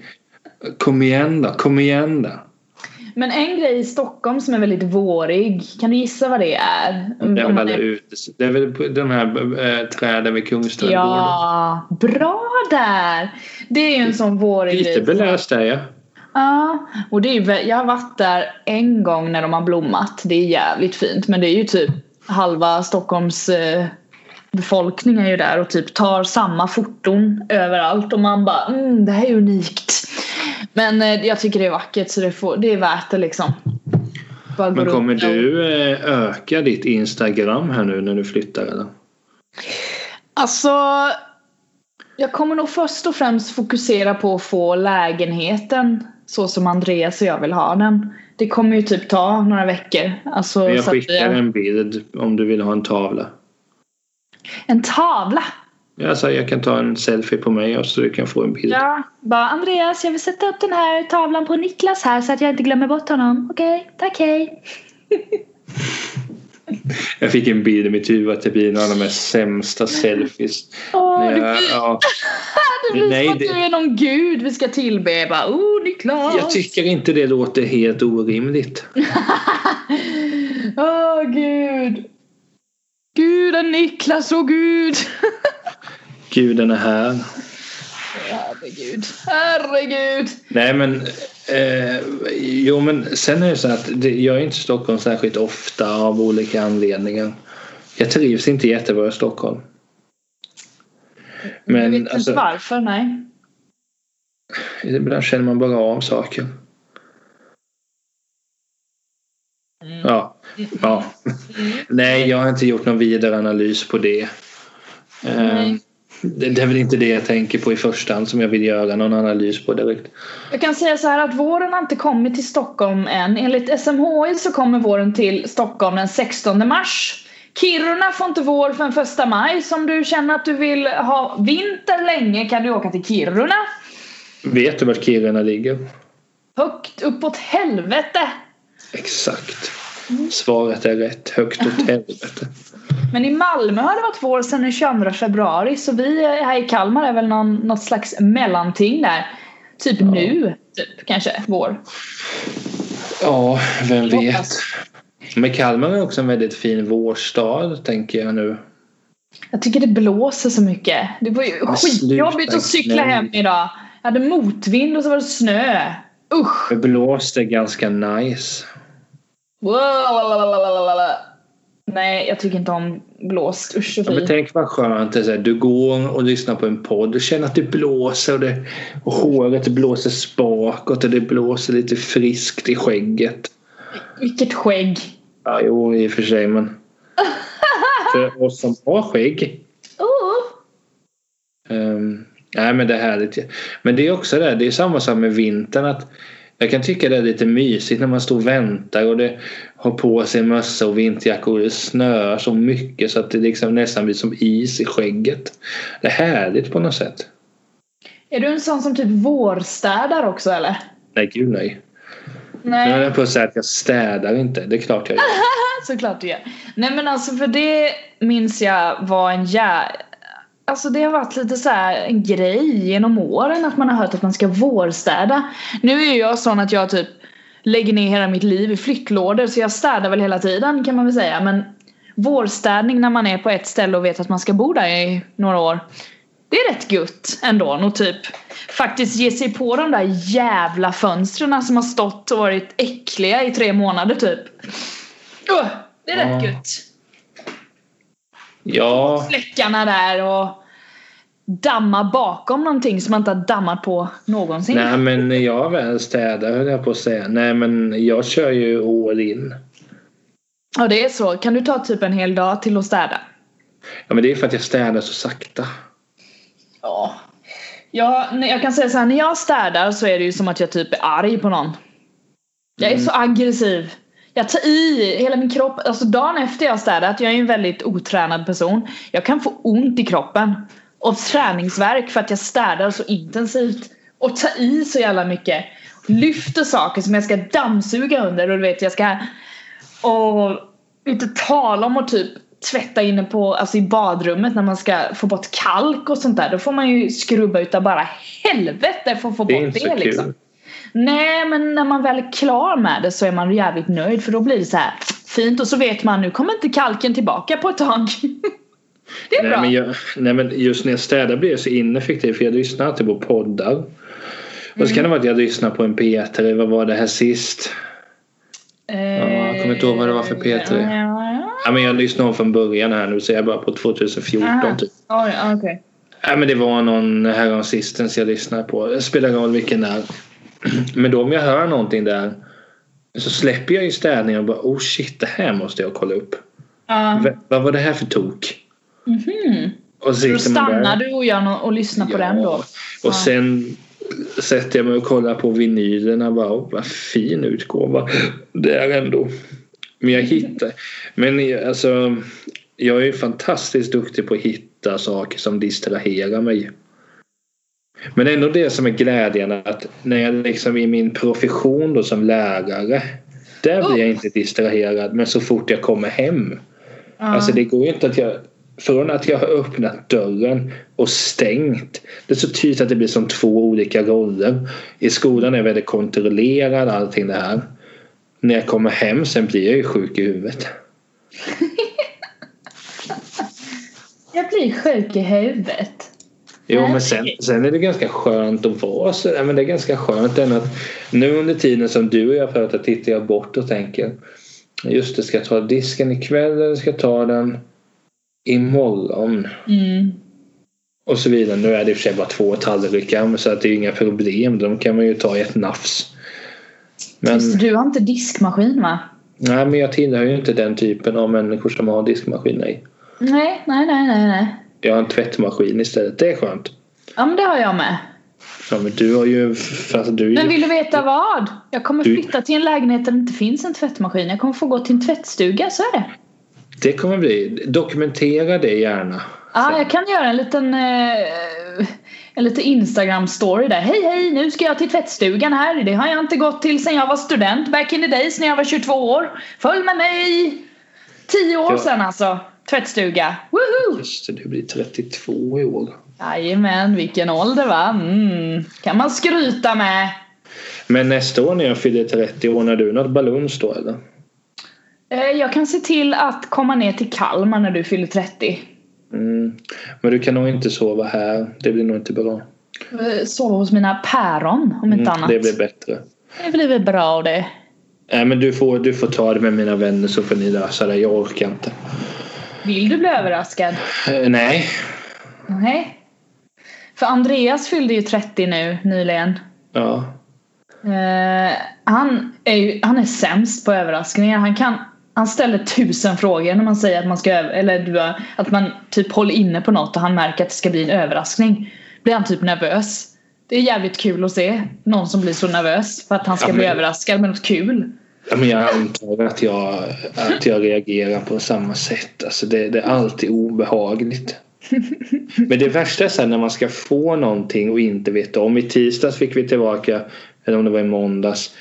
[SPEAKER 1] Kom igen då, kom igen då.
[SPEAKER 2] Men en grej i Stockholm som är väldigt vårig. Kan du gissa vad det är?
[SPEAKER 1] Det är
[SPEAKER 2] Om
[SPEAKER 1] väl,
[SPEAKER 2] man
[SPEAKER 1] alla
[SPEAKER 2] är-
[SPEAKER 1] ute, det är väl den här äh, träden vid Kungsträdgården.
[SPEAKER 2] Ja, bra där! Det är ju en sån vårig
[SPEAKER 1] Lite
[SPEAKER 2] grej.
[SPEAKER 1] beläst är jag.
[SPEAKER 2] Ja, och det är ju, vä- jag har varit där en gång när de har blommat. Det är jävligt fint men det är ju typ halva Stockholms eh, befolkning är ju där och typ tar samma foton överallt och man bara mm, det här är unikt. Men eh, jag tycker det är vackert så det, får, det är värt det liksom. Bara gå
[SPEAKER 1] Men
[SPEAKER 2] runt
[SPEAKER 1] kommer
[SPEAKER 2] och-
[SPEAKER 1] du eh, öka ditt Instagram här nu när du flyttar eller?
[SPEAKER 2] Alltså, jag kommer nog först och främst fokusera på att få lägenheten så som Andreas och jag vill ha den. Det kommer ju typ ta några veckor. Alltså,
[SPEAKER 1] Jag
[SPEAKER 2] så att
[SPEAKER 1] skickar
[SPEAKER 2] vi-
[SPEAKER 1] en bild om du vill ha en tavla.
[SPEAKER 2] en tavla.
[SPEAKER 1] Alltså, jag kan ta en selfie på mig och så du kan få en bild.
[SPEAKER 2] Ja, bara Andreas jag vill sätta upp den här tavlan på Niklas här så att jag inte glömmer bort honom. Okej, tack hej.
[SPEAKER 1] Jag fick en bild i mitt huvud att det blir en av de här sämsta selfies.
[SPEAKER 2] Åh,
[SPEAKER 1] När
[SPEAKER 2] det
[SPEAKER 1] jag,
[SPEAKER 2] blir-
[SPEAKER 1] ja,
[SPEAKER 2] det blir
[SPEAKER 1] Nej,
[SPEAKER 2] som att
[SPEAKER 1] det-
[SPEAKER 2] du är någon gud vi ska tillbe. Bara, oh Niklas.
[SPEAKER 1] jag tycker inte det låter helt orimligt.
[SPEAKER 2] Åh gud. Guden Niklas, åh gud.
[SPEAKER 1] Guden är här.
[SPEAKER 2] Herregud. Herregud.
[SPEAKER 1] Nej men, eh, jo men sen är det så att det, jag är inte i Stockholm särskilt ofta av olika anledningar. Jag trivs inte jättebra i Stockholm.
[SPEAKER 2] jag
[SPEAKER 1] Men
[SPEAKER 2] vet inte
[SPEAKER 1] alltså,
[SPEAKER 2] varför, nej.
[SPEAKER 1] ibland känner man bara av saker.
[SPEAKER 2] Mm.
[SPEAKER 1] Ja. ja. Nej, jag har inte gjort någon vidare analys på det. Eh,
[SPEAKER 2] Nej.
[SPEAKER 1] det. Det är väl inte det jag tänker på i första hand som jag vill göra någon analys på direkt.
[SPEAKER 2] Jag kan säga så här att våren har inte kommit till Stockholm än. Enligt SMHI så kommer våren till Stockholm den 16 mars. Kiruna får inte vår förrän första maj. Så om du känner att du vill ha vinter länge kan du åka till Kiruna.
[SPEAKER 1] Vet du vart Kiruna ligger?
[SPEAKER 2] Högt uppåt helvete!
[SPEAKER 1] Exakt. Svaret är rätt. Högt åt helvete.
[SPEAKER 2] Men i Malmö har det varit vår sedan den 22 februari så vi här i Kalmar är väl någon, något slags mellanting där. Typ nu, typ, kanske, vår.
[SPEAKER 1] Ja, vem vet.
[SPEAKER 2] Hoppas.
[SPEAKER 1] Men Kalmar är också en väldigt fin vårstad tänker jag nu.
[SPEAKER 2] Jag tycker det blåser så mycket. Det var ju
[SPEAKER 1] Men
[SPEAKER 2] skitjobbigt
[SPEAKER 1] sluta,
[SPEAKER 2] att cykla
[SPEAKER 1] nej.
[SPEAKER 2] hem idag. Jag hade motvind och så var det snö. Usch!
[SPEAKER 1] Det blåste ganska nice.
[SPEAKER 2] Lalalala. Nej, jag tycker inte om blåst. Usch och
[SPEAKER 1] Ja, men
[SPEAKER 2] fy.
[SPEAKER 1] tänk vad skönt det är. så här, Du går och lyssnar på en podd. Du känner att det blåser och, det, och håret blåser bakåt och det blåser lite friskt i skägget.
[SPEAKER 2] Vilket skägg.
[SPEAKER 1] Ja, jo, i och för sig men. För oss som har skägg.
[SPEAKER 2] Oh.
[SPEAKER 1] Ehm, nej men det är härligt. Men det är också det, det är samma sak med vintern. att Jag kan tycka det är lite mysigt när man står och väntar och det har på sig mössa och vinterjacka och det snöar så mycket så att det liksom nästan blir som is i skägget. Det är härligt på något sätt.
[SPEAKER 2] Är du en sån som typ vårstädar också eller?
[SPEAKER 1] Nej gud nej. Nu höll
[SPEAKER 2] Nej,
[SPEAKER 1] jag på att säga att jag städar inte. Det är klart jag gör.
[SPEAKER 2] såklart du gör. Nej men alltså för det minns jag var en jä... Alltså det har varit lite så här en grej genom åren att man har hört att man ska vårstäda. Nu är ju jag sån att jag typ lägger ner hela mitt liv i flyttlådor så jag städar väl hela tiden kan man väl säga men vårstädning när man är på ett ställe och vet att man ska bo där i några år det är rätt gött ändå nog typ faktiskt ge sig på de där jävla fönstren som har stått och varit äckliga i tre månader typ. Öh, det är rätt
[SPEAKER 1] Ja.
[SPEAKER 2] gött.
[SPEAKER 1] Ja,
[SPEAKER 2] Fläckarna där och damma bakom någonting som man inte har dammat på någonsin.
[SPEAKER 1] nej men när jag väl städar höll jag på att säga. Nej men jag kör ju all in.
[SPEAKER 2] Ja det är så. Kan du ta typ en hel dag till att städa?
[SPEAKER 1] Ja men det är för att jag städar så sakta.
[SPEAKER 2] Ja. Ja, nej, jag kan säga så här, när jag städar så är det ju som att jag typ är arg på någon. Jag är
[SPEAKER 1] Mm.
[SPEAKER 2] så aggressiv. Jag tar i hela min kropp. Alltså dagen efter jag har städat, jag är ju en väldigt otränad person. Jag kan få ont i kroppen. Och träningsvärk för att jag städar så intensivt. Och tar i så jävla mycket. Lyfter saker som jag ska dammsuga under och du vet jag ska... Och inte tala om att typ tvätta inne på, alltså i badrummet när man ska få bort kalk och sånt där. Då får man ju skrubba utav bara helvete för att få
[SPEAKER 1] Det är
[SPEAKER 2] bort
[SPEAKER 1] inte
[SPEAKER 2] det
[SPEAKER 1] så kul.
[SPEAKER 2] liksom. Nej men när man väl är klar med det så är man jävligt nöjd för då blir det så här fint och så vet man nu kommer inte kalken tillbaka på ett tag. det är
[SPEAKER 1] Nej
[SPEAKER 2] bra.
[SPEAKER 1] men, jag, nej men just när jag städar blir jag så ineffektiv för jag lyssnar alltid på poddar. Och
[SPEAKER 2] Mm.
[SPEAKER 1] så kan det vara att jag lyssnar på en P3, eller vad var det här sist?
[SPEAKER 2] Eh,
[SPEAKER 1] jag kommer inte ihåg vad det var för P3.
[SPEAKER 2] ja, ja.
[SPEAKER 1] Ja, men jag lyssnar om från början här nu så jag är bara på 2014
[SPEAKER 2] Ah,
[SPEAKER 1] typ.
[SPEAKER 2] oj, ja, okej.
[SPEAKER 1] Ja, men det var någon häromsistens jag lyssnade på. Det spelar roll vilken det är. Men då om jag hör någonting där så släpper jag ju städningen och bara oh shit det här måste jag kolla upp.
[SPEAKER 2] Ja.
[SPEAKER 1] V- vad var det här för tok?
[SPEAKER 2] Mhm.
[SPEAKER 1] Och så
[SPEAKER 2] Då
[SPEAKER 1] sitter man där.
[SPEAKER 2] stannar du och, gör nå- och lyssnar på
[SPEAKER 1] Ja.
[SPEAKER 2] den då? Ja.
[SPEAKER 1] Och sen sätter jag mig och kollar på vinylerna. Bara, "Åh, vad fin utgåva det är ändå. Men jag hittar. Men jag- alltså, jag är ju fantastiskt duktig på att hitta saker som distraherar mig. Men ändå det som är glädjande att när jag liksom i min profession då som lärare. Där blir jag inte distraherad men så fort jag kommer hem.
[SPEAKER 2] Ja.
[SPEAKER 1] Alltså det går ju inte att jag... Från att jag har öppnat dörren och stängt. Det är så tydligt att det blir som två olika roller. I skolan är jag väldigt kontrollerad allting det här. När jag kommer hem sen blir jag ju sjuk i huvudet.
[SPEAKER 2] Jag blir sjuk i huvudet.
[SPEAKER 1] Jo men sen, sen är det ganska skönt att vara så. Nej, men det är ganska skönt ändå att nu under tiden som du och jag pratar tittar jag bort och tänker just det, ska jag ta disken ikväll eller ska jag ta den imorgon?
[SPEAKER 2] Mm.
[SPEAKER 1] Och så vidare. Nu är det i och för sig bara två tallrikar men så att det är ju inga problem. De kan man ju ta i ett nafs. Men,
[SPEAKER 2] Just, du har inte diskmaskin va?
[SPEAKER 1] nej, men jag tillhör ju inte den typen av människor som har diskmaskin. Nej.
[SPEAKER 2] Nej, nej, nej, nej, nej.
[SPEAKER 1] Jag har en tvättmaskin istället. Det är skönt.
[SPEAKER 2] Ja men det har jag med.
[SPEAKER 1] Ja, men du har ju... Fast du är
[SPEAKER 2] Men
[SPEAKER 1] ju
[SPEAKER 2] vill du veta vad? Jag kommer
[SPEAKER 1] Du-
[SPEAKER 2] flytta till en lägenhet där det inte finns en tvättmaskin. Jag kommer få gå till en tvättstuga, så är det.
[SPEAKER 1] det kommer bli... Dokumentera det gärna.
[SPEAKER 2] Ja, jag kan göra en liten, eh, en liten Instagram-story där. Hej, hej, nu ska jag till tvättstugan här. Det har jag inte gått till sedan jag var student back in the days när jag var 22 år. Följ med mig! Tio år
[SPEAKER 1] Ja.
[SPEAKER 2] sedan alltså. Tvättstuga. Woohoo!
[SPEAKER 1] Just det, du blir 32 i år.
[SPEAKER 2] Jajamän, vilken ålder va? Mm. Kan man skryta med.
[SPEAKER 1] Men nästa år när jag fyller 30, ordnar du något baluns då eller?
[SPEAKER 2] Eh, Jag kan se till att komma ner till Kalmar när du fyller 30.
[SPEAKER 1] Mm. Men du kan nog inte sova här. Det blir nog inte bra. Mm,
[SPEAKER 2] Eh, Sova hos mina päron om inte annat.
[SPEAKER 1] Det blir bättre.
[SPEAKER 2] det blir väl bra det.
[SPEAKER 1] Nej men du får, du får ta det med mina vänner så får ni lösa det. Jag orkar inte.
[SPEAKER 2] Vill du bli överraskad?
[SPEAKER 1] Eh, nej.
[SPEAKER 2] Nej. För Andreas fyllde ju 30 nu nyligen.
[SPEAKER 1] Ja.
[SPEAKER 2] Eh, han, är ju, han är sämst på överraskningar. Han, kan, han ställer tusen frågor när man säger att man ska över- eller du, har- att man typ håller inne på något och han märker att det ska bli en överraskning. Blir han typ nervös. Det är jävligt kul att se någon som blir så nervös för att han ska
[SPEAKER 1] Ja,
[SPEAKER 2] bli
[SPEAKER 1] men-
[SPEAKER 2] överraskad med något kul.
[SPEAKER 1] Ja, Men jag antar att jag, att jag reagerar på samma sätt. Alltså det, det är alltid obehagligt. Men det värsta är sen när man ska få någonting och inte vet om. I tisdags fick vi tillbaka, eller om det var i måndags.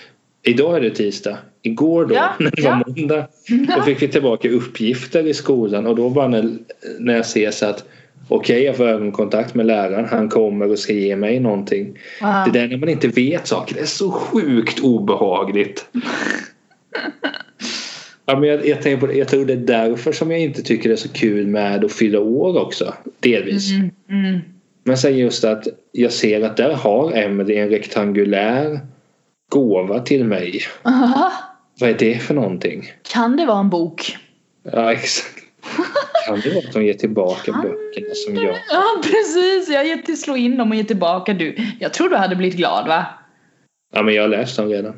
[SPEAKER 1] Idag är det tisdag. Igår då,
[SPEAKER 2] Ja,
[SPEAKER 1] när det
[SPEAKER 2] ja.
[SPEAKER 1] var måndag, då fick vi tillbaka uppgifter i skolan och då bara när, när jag ser så att okej jag får ögonkontakt med läraren, han kommer och ska ge mig någonting.
[SPEAKER 2] Ah.
[SPEAKER 1] Det där när man inte vet saker, det är så sjukt obehagligt. Ja, men jag, jag, tänker på det, jag tror det är därför som jag inte tycker det är så kul med att fylla år också. Delvis.
[SPEAKER 2] Mm, mm.
[SPEAKER 1] Men sen just att jag ser att där har Emelie en rektangulär gåva till mig.
[SPEAKER 2] Ah,
[SPEAKER 1] Vad är det för någonting?
[SPEAKER 2] Kan det vara en bok?
[SPEAKER 1] Ja exakt. Kan det vara att de ger tillbaka
[SPEAKER 2] Kan
[SPEAKER 1] böckerna som jag...
[SPEAKER 2] Ja precis, jag har gett till slå in dem och gett tillbaka du. Jag tror du hade blivit glad va?
[SPEAKER 1] Ja men jag har läst dem redan.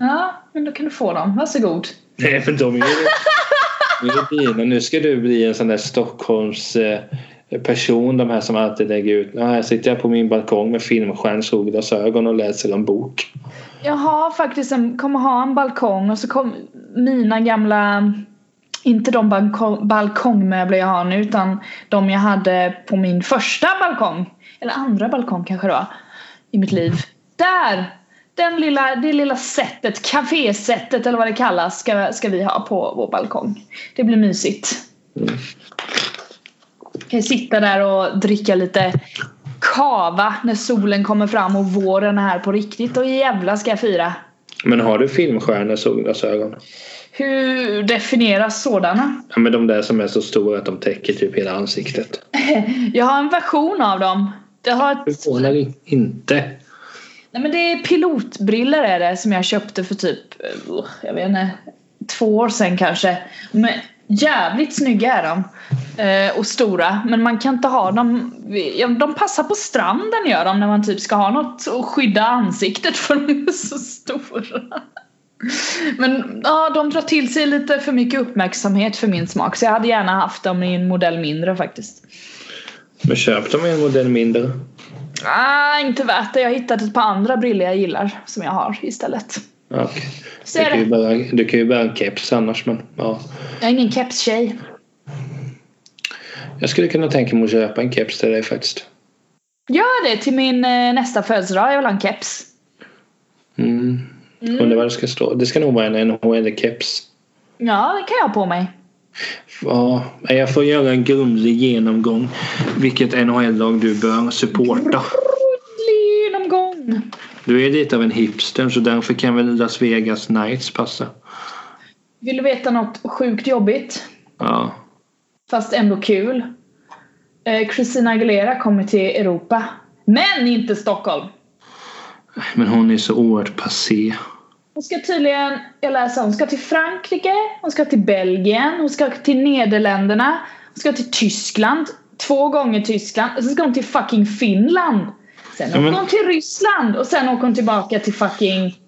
[SPEAKER 2] Ja, men då kan du få dem. Varsågod.
[SPEAKER 1] Nej men de är ju... de är ju dina. Nu ska du bli en sån där Stockholms... Eh, person, de här som alltid lägger ut. Ja, här sitter jag på min balkong med filmstjärnssolglasögon och läser en bok.
[SPEAKER 2] Jag har faktiskt en, kommer ha en balkong och så kommer mina gamla inte de balkong, balkongmöbler jag har nu utan de jag hade på min första balkong. Eller andra balkong kanske det var. I mitt liv. Där! Den lilla, det lilla sättet, kafésättet eller vad det kallas ska, ska vi ha på vår balkong. Det blir mysigt. Kan sitta där och dricka lite kava när solen kommer fram och våren är här på riktigt. Och jävla ska jag fira.
[SPEAKER 1] Men har du filmstjärnor alltså, solglasögon?
[SPEAKER 2] Hur definieras sådana?
[SPEAKER 1] Ja, men de där som är så stora att de täcker typ hela ansiktet.
[SPEAKER 2] Jag har en version av dem. Jag har
[SPEAKER 1] Det
[SPEAKER 2] ett,
[SPEAKER 1] förvånar inte.
[SPEAKER 2] nej men det är pilotbriller är det som jag köpte för typ, eh, jag vet inte, två år sedan kanske. Men jävligt snygga är de. Eh, och stora. Men man kan inte ha dem, ja, de passar på stranden gör de när man typ ska ha något och skydda ansiktet för de är så stora. Men ja, de drar till sig lite för mycket uppmärksamhet för min smak. Så jag hade gärna haft dem i en modell mindre faktiskt.
[SPEAKER 1] Men köp dem en modell mindre.
[SPEAKER 2] Ah, inte värt det. Jag har hittat ett par andra brillor jag gillar som jag har istället.
[SPEAKER 1] Ja, okej.
[SPEAKER 2] Så
[SPEAKER 1] Du
[SPEAKER 2] är
[SPEAKER 1] kan, ju
[SPEAKER 2] det.
[SPEAKER 1] bära, du kan ju bära en keps annars men ja.
[SPEAKER 2] Jag är ingen kepstjej.
[SPEAKER 1] Jag skulle kunna tänka mig att köpa en keps till dig faktiskt.
[SPEAKER 2] Gör det till min eh, nästa födelsedag. Jag vill ha en keps.
[SPEAKER 1] Mm. Undrar vad det ska stå. Det ska nog vara en NHL-keps.
[SPEAKER 2] Ja, det kan jag ha på mig.
[SPEAKER 1] Ja, jag får göra en grundlig genomgång. Vilket NHL-lag du bör supporta.
[SPEAKER 2] Ordentlig genomgång.
[SPEAKER 1] Du är lite av en hipster så därför kan väl Las Vegas Knights passa.
[SPEAKER 2] Vill du veta något sjukt jobbigt?
[SPEAKER 1] Ja.
[SPEAKER 2] Fast ändå kul. Eh, Christina Aguilera kommer till Europa. Men inte Stockholm.
[SPEAKER 1] Men hon är så oerhört passé.
[SPEAKER 2] Hon ska tydligen, jag läser, hon ska till Frankrike, hon ska till Belgien, hon ska till Nederländerna, hon ska till Tyskland, två gånger Tyskland, och sen ska hon till fucking Finland. Sen åker
[SPEAKER 1] men-
[SPEAKER 2] hon till Ryssland och sen åker hon tillbaka till fucking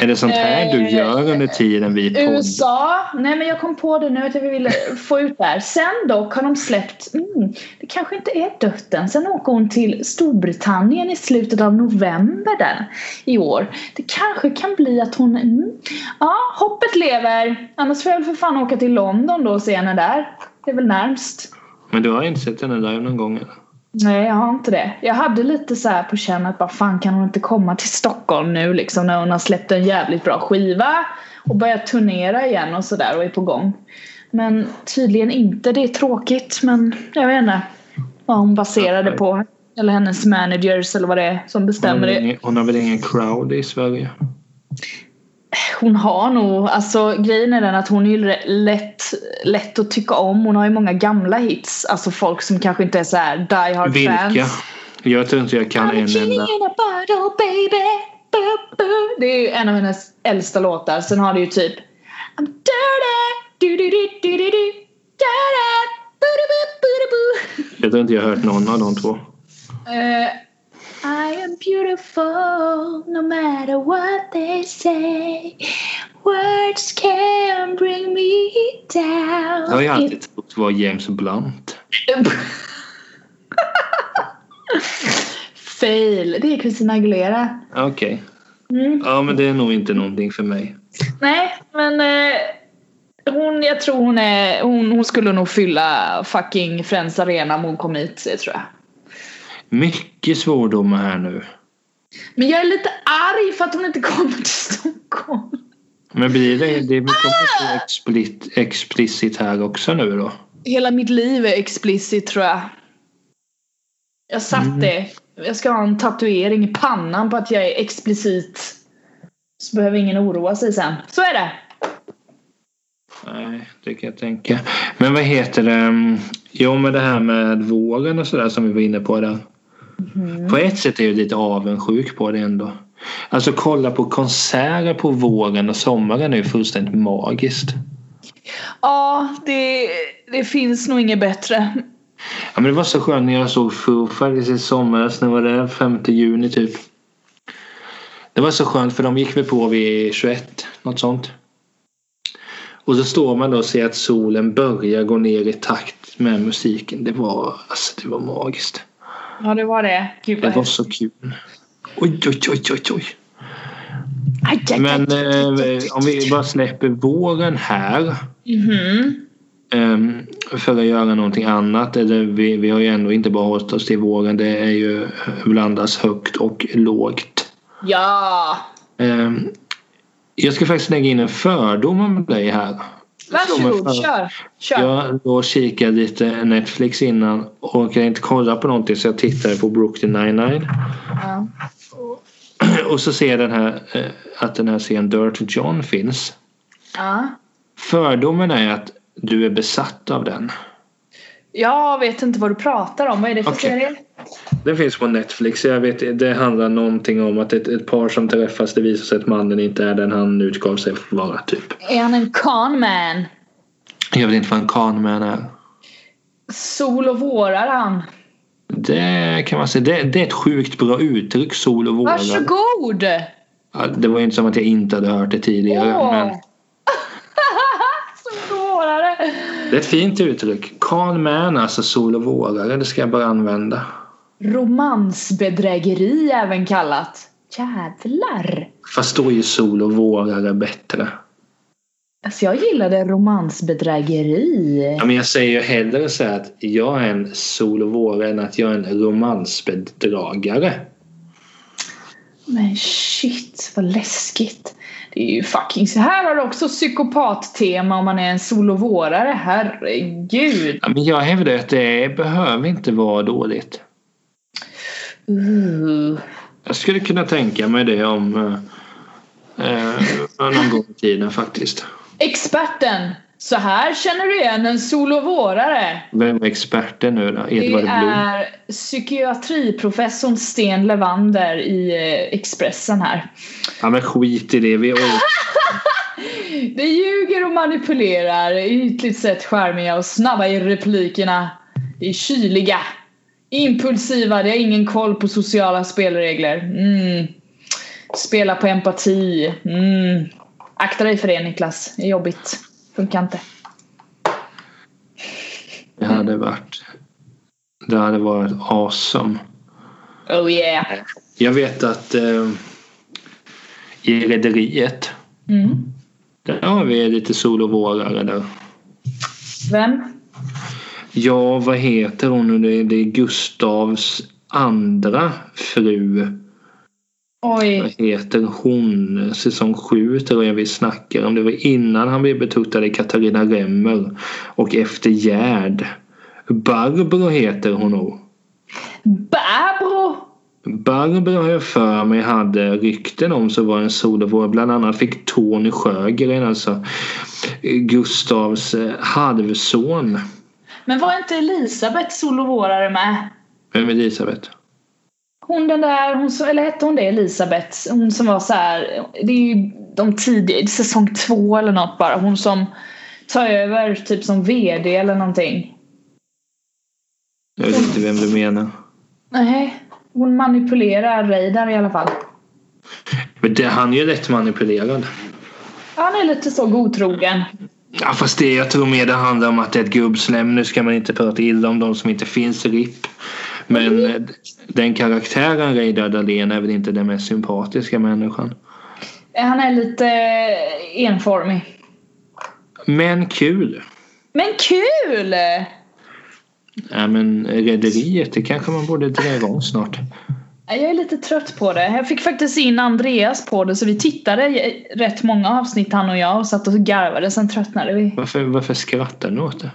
[SPEAKER 1] Är det sånt här du
[SPEAKER 2] Eh,
[SPEAKER 1] gör under tiden vi poddar?
[SPEAKER 2] USA. Nej men jag kom på det nu att jag ville få ut det här. Sen dock har de släppt, mm, det kanske inte är döden. Sen åker hon till Storbritannien i slutet av november där i år. Det kanske kan bli att hon, mm, ja hoppet lever. Annars får jag väl för fan åka till London då och se henne där. Det är väl närmst.
[SPEAKER 1] Men du har inte sett henne live någon gång eller?
[SPEAKER 2] Nej, jag har inte det. Jag hade lite så här på känn att bara fan kan hon inte komma till Stockholm nu liksom när hon har släppt en jävligt bra skiva och börjat turnera igen och sådär och är på gång. Men tydligen inte. Det är tråkigt men jag vet inte vad hon baserar det på. Eller hennes managers eller vad det är som
[SPEAKER 1] Hon
[SPEAKER 2] bestämmer
[SPEAKER 1] har väl
[SPEAKER 2] det.
[SPEAKER 1] ingen- Hon har väl ingen crowd i Sverige?
[SPEAKER 2] Hon har nog, alltså grejen är den att hon är ju re- lätt, lätt att tycka om. Hon har ju många gamla hits. Alltså folk som kanske inte är så här die hard fans.
[SPEAKER 1] Vilka? Jag tror inte jag kan
[SPEAKER 2] I'm
[SPEAKER 1] en
[SPEAKER 2] chilling
[SPEAKER 1] enda.
[SPEAKER 2] in a bottle baby bu, bu. Det är ju en av hennes äldsta låtar. Sen har det ju typ I'm dirty du du du du du du dirty bu, du, bu, bu, du, bu.
[SPEAKER 1] Jag tror inte jag har hört någon av de två.
[SPEAKER 2] Eh, I am beautiful no matter what they say Words can bring me down
[SPEAKER 1] Jag har ju
[SPEAKER 2] If
[SPEAKER 1] alltid trott var James Blunt.
[SPEAKER 2] Fail, det är Christina Aguilera.
[SPEAKER 1] Okej.
[SPEAKER 2] Mm.
[SPEAKER 1] Ja men det är nog inte någonting för mig.
[SPEAKER 2] Nej, men eh, hon, jag tror hon är, hon, hon skulle nog fylla fucking Friends Arena om hon kom hit, det tror jag.
[SPEAKER 1] Mycket svordomar här nu.
[SPEAKER 2] Men jag är lite arg för att hon inte kommer till Stockholm.
[SPEAKER 1] Men blir det... Det kommer
[SPEAKER 2] Ah!
[SPEAKER 1] bli explicit, explicit här också nu då.
[SPEAKER 2] Hela mitt liv är explicit tror jag. Jag satt
[SPEAKER 1] Mm.
[SPEAKER 2] det. Jag ska ha en tatuering i pannan på att jag är explicit. Så behöver ingen oroa sig sen. Så är det.
[SPEAKER 1] Nej, det kan jag tänka. Men vad heter det? mm, Jo, men det här med våren och sådär som vi var inne på där. På ett sätt är jag lite avundsjuk på det ändå. Alltså kolla på konserter på våren och sommaren är ju fullständigt magiskt.
[SPEAKER 2] Ja, det, det finns nog inget bättre.
[SPEAKER 1] Ja, men det var så skönt när jag såg Foo Fighters i somras. När var det? 5 juni typ. Det var så skönt för de gick vi på vid 21. Något sånt. Och så står man då och ser att solen börjar gå ner i takt med musiken. Det var, alltså, det var magiskt.
[SPEAKER 2] Ja, det var det. Gud,
[SPEAKER 1] Det
[SPEAKER 2] vad
[SPEAKER 1] var
[SPEAKER 2] hemskt.
[SPEAKER 1] så kul. Oj, oj, oj, oj, oj.
[SPEAKER 2] Aj, aj, aj.
[SPEAKER 1] Men eh, om vi bara släpper våren här.
[SPEAKER 2] Mhm.
[SPEAKER 1] ehm, för att göra någonting annat. Eller vi, vi har ju ändå inte bara hållit oss till våren. Det är ju eh, blandas högt och lågt.
[SPEAKER 2] Ja.
[SPEAKER 1] Ehm, jag ska faktiskt lägga in en fördom om dig här.
[SPEAKER 2] Varsågod, kör. Kör.
[SPEAKER 1] Jag då kikade lite Netflix innan och orkade inte kolla på någonting så jag tittade på Brooklyn 99.
[SPEAKER 2] Ja.
[SPEAKER 1] Och så ser jag den här, eh, att den här serien Dirty John finns.
[SPEAKER 2] Ja.
[SPEAKER 1] Fördomen är att du är besatt av den.
[SPEAKER 2] Jag vet inte vad du pratar om. Vad är det för
[SPEAKER 1] Okej.
[SPEAKER 2] serie?
[SPEAKER 1] Den finns på Netflix. Jag vet, det handlar någonting om att ett, ett par som träffas det visar sig att mannen inte är den han utgav sig för att vara. Typ.
[SPEAKER 2] Är han en con man?
[SPEAKER 1] Jag vet inte vad en kanman är.
[SPEAKER 2] Sol och vårar han.
[SPEAKER 1] Det kan man säga. Det, det är ett sjukt bra uttryck, sol och vårar.
[SPEAKER 2] Varsågod!
[SPEAKER 1] Ja, Det var ju inte som att jag inte hade hört det tidigare. Men
[SPEAKER 2] Åh! Sol och vårare.
[SPEAKER 1] det är ett fint uttryck. Kanman, alltså sol och vårare. Det ska jag bara använda.
[SPEAKER 2] Romansbedrägeri även kallat. Jävlar!
[SPEAKER 1] Fast då är ju sol och vårare bättre.
[SPEAKER 2] Alltså jag gillade romansbedrägeri.
[SPEAKER 1] Ja, men jag säger ju hellre så här att jag är en sol och vårare än att jag är en romansbedragare.
[SPEAKER 2] Men shit, vad läskigt. Det är ju fucking... Så här har du också psykopattema om man är en sol och vårare. Herregud.
[SPEAKER 1] Ja, men jag hävdar att det behöver inte vara dåligt.
[SPEAKER 2] Uh.
[SPEAKER 1] Jag skulle kunna tänka mig det om eh, eh, någon gång i tiden faktiskt.
[SPEAKER 2] Experten! Så här känner du igen en sol och vårare.
[SPEAKER 1] Vem är experten nu då?
[SPEAKER 2] Det
[SPEAKER 1] Edvard Blom?
[SPEAKER 2] är psykiatriprofessorn Sten Levander i eh, Expressen här.
[SPEAKER 1] Ja men skit i det. Vi, oj,
[SPEAKER 2] De ljuger och manipulerar, är ytligt sett charmiga och snabba i replikerna. De är kyliga, impulsiva, de har ingen koll på sociala spelregler. Mm. Spela på empati. Mm. Akta dig för det Niklas, det är jobbigt. Funkar inte.
[SPEAKER 1] det hade varit... Det hade varit awesome.
[SPEAKER 2] Oh yeah.
[SPEAKER 1] Jag vet att eh, i Rederiet
[SPEAKER 2] Mm.
[SPEAKER 1] där har vi lite sol och vårare där.
[SPEAKER 2] Vem?
[SPEAKER 1] Ja, vad heter hon nu? Det är- Det är Gustavs andra fru. Vad
[SPEAKER 2] Oj.
[SPEAKER 1] heter hon? Säsong 7 tror jag vi snackar om. Det var innan han blev betuktad i Katarina Remmer och efter Gerd. Barbro heter hon nog.
[SPEAKER 2] Barbro!
[SPEAKER 1] Barbro har jag för mig hade rykten om så var en solovård. Bland annat fick Tony Sjögren, alltså Gustavs eh, halvson,
[SPEAKER 2] Men var inte Elisabeth solovårare med?
[SPEAKER 1] Vem är Elisabeth.
[SPEAKER 2] Hon den där, hon, som- eller hette hon det Elisabeth? Hon som var så här, det är ju de tidiga, säsong två eller något bara. Hon som tar över typ som VD eller någonting.
[SPEAKER 1] Jag vet inte vem du menar.
[SPEAKER 2] Nej, hon manipulerar Reidar i alla fall.
[SPEAKER 1] Men det, han är ju rätt manipulerad.
[SPEAKER 2] Han är lite så godtrogen.
[SPEAKER 1] Ja fast det jag tror mer det handlar om att det är ett gubbslem. Nu ska man inte prata illa om de som inte finns i RIP. Men eh, den karaktären Reidar Dahlén är väl inte den mest sympatiska människan.
[SPEAKER 2] Han är lite eh, enformig.
[SPEAKER 1] Men kul!
[SPEAKER 2] Men kul!
[SPEAKER 1] Ja, men Rederiet, det kanske man borde dra igång snart.
[SPEAKER 2] Jag är lite trött på det. Jag fick faktiskt in Andreas på det så vi tittade i rätt många avsnitt han och jag och satt och garvade sen tröttnade vi.
[SPEAKER 1] Varför, varför skrattar ni åt det?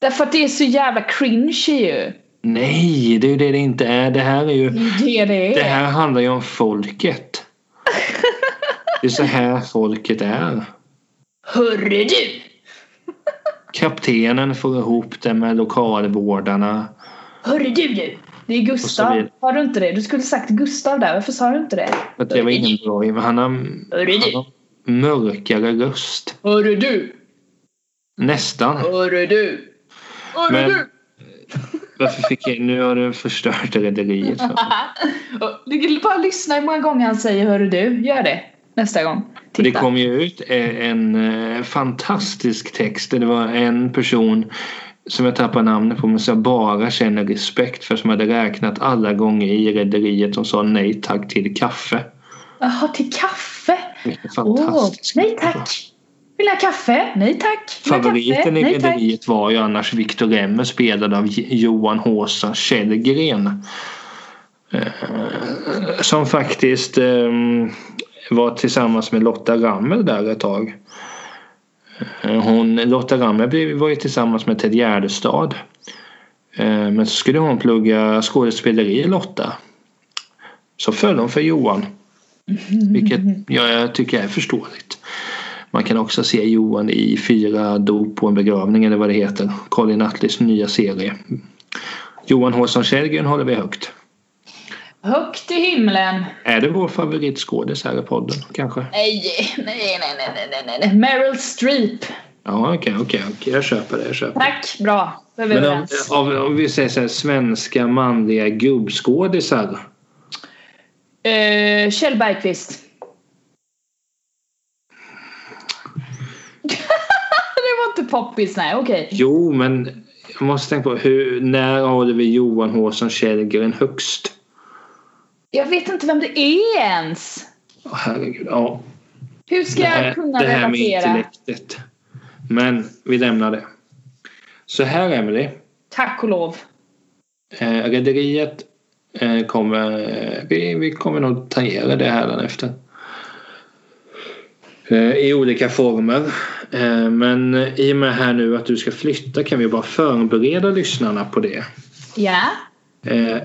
[SPEAKER 2] Därför att det är så jävla cringe ju.
[SPEAKER 1] Nej, det är ju det det inte är. Det här är ju...
[SPEAKER 2] Det är det.
[SPEAKER 1] Det här handlar ju om folket. Det är så här folket är.
[SPEAKER 2] Hörru du!
[SPEAKER 1] Kaptenen får ihop det med lokalvårdarna.
[SPEAKER 2] Hörru du du! Det är
[SPEAKER 1] Och så
[SPEAKER 2] Gustav.
[SPEAKER 1] vidare.
[SPEAKER 2] Har du inte det? Du skulle sagt Gustav där. Varför sa du inte det?
[SPEAKER 1] Att det var ingen bra men han har,
[SPEAKER 2] Hörru
[SPEAKER 1] han
[SPEAKER 2] du!
[SPEAKER 1] har mörkare röst.
[SPEAKER 2] Hörru du!
[SPEAKER 1] Nästan.
[SPEAKER 2] Hörru du! Hörru
[SPEAKER 1] Men-
[SPEAKER 2] du!
[SPEAKER 1] Varför fick jag... Nu har du förstört rederiet. för mig.
[SPEAKER 2] Du kan bara lyssna hur många gånger han säger hörru du. Gör det. nästa gång.
[SPEAKER 1] För Det kom ju ut en eh, fantastisk text där det var en person som jag tappar namnet på men som jag bara känner respekt för som hade räknat alla gånger i rederiet som sa nej tack till kaffe.
[SPEAKER 2] Jaha, till kaffe?
[SPEAKER 1] Vilken
[SPEAKER 2] Åh,
[SPEAKER 1] fantastisk
[SPEAKER 2] nej tack! Vill ha kaffe? Nej tack! Vill ha kaffe?
[SPEAKER 1] Favoriten i
[SPEAKER 2] Nej, tack.
[SPEAKER 1] rederiet var ju annars Victor Remmer spelad av J- Johan Håsa Källgren. Eh, Som faktiskt eh, var tillsammans med Lotta Rammer där ett tag. Eh, Hon, Lotta Rammer blev- var ju tillsammans med Ted Gärdestad. Eh, Men så skulle hon plugga skådespeleri Lotta. Så föll hon för Johan.
[SPEAKER 2] Mm-hmm.
[SPEAKER 1] Vilket jag, jag tycker är förståeligt. Man kan också se Johan i Fyra dop på en begravning eller vad det heter. Colin Atleys nya serie. Johan Håsan Källgren håller vi högt.
[SPEAKER 2] Högt i himlen.
[SPEAKER 1] Är det vår favoritskådis här i podden kanske?
[SPEAKER 2] Nej, nej, nej, nej, nej, nej, nej, nej. Meryl Streep.
[SPEAKER 1] Ja, okej, okej, okej. Jag köper det. Jag köper. det.
[SPEAKER 2] Tack, bra. Då är vi
[SPEAKER 1] Men eh, om,
[SPEAKER 2] överens.
[SPEAKER 1] om, om vi säger så här, svenska manliga gubbskådisar.
[SPEAKER 2] Eh, Kjell Bergqvist. det var inte poppis, nej okej.
[SPEAKER 1] Jo, men jag måste tänka på hur, när håller vi Johan Håsan Källgren högst?
[SPEAKER 2] Jag vet inte vem det är ens.
[SPEAKER 1] Åh, herregud. Ja,
[SPEAKER 2] Hur ska
[SPEAKER 1] det här,
[SPEAKER 2] jag kunna
[SPEAKER 1] Eh, det här med
[SPEAKER 2] relatera?
[SPEAKER 1] intellektet. Men vi lämnar det. Så här Emily.
[SPEAKER 2] Tack och lov.
[SPEAKER 1] Eh, Rederiet eh, kommer... eh, Vi, vi kommer nog tangera det här efter. Eh, I olika former. Eh, men i och med här nu att du ska flytta kan vi bara förbereda lyssnarna på det.
[SPEAKER 2] Ja.
[SPEAKER 1] Eh,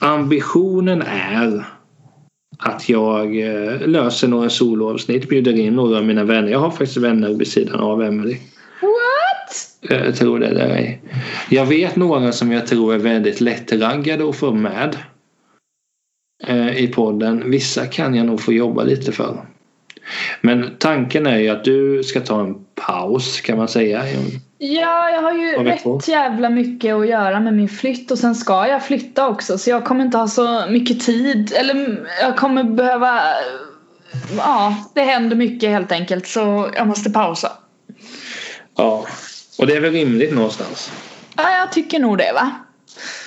[SPEAKER 1] ambitionen är att jag eh, löser några soloavsnitt, bjuder in några av mina vänner. Jag har faktiskt vänner vid sidan av Emily.
[SPEAKER 2] What?
[SPEAKER 1] Eh, Jag tror det eller ej. Jag vet några som jag tror är väldigt lättraggade att få med eh, i podden. Vissa kan jag nog få jobba lite för. Men tanken är ju att du ska ta en paus kan man säga.
[SPEAKER 2] Ja, jag har ju
[SPEAKER 1] Vad vet du?
[SPEAKER 2] rätt jävla mycket att göra med min flytt och sen ska jag flytta också så jag kommer inte ha så mycket tid eller mm, jag kommer behöva Ja, det händer mycket helt enkelt så jag måste pausa.
[SPEAKER 1] Ja. Och det är väl rimligt någonstans.
[SPEAKER 2] Ja, jag tycker nog det va?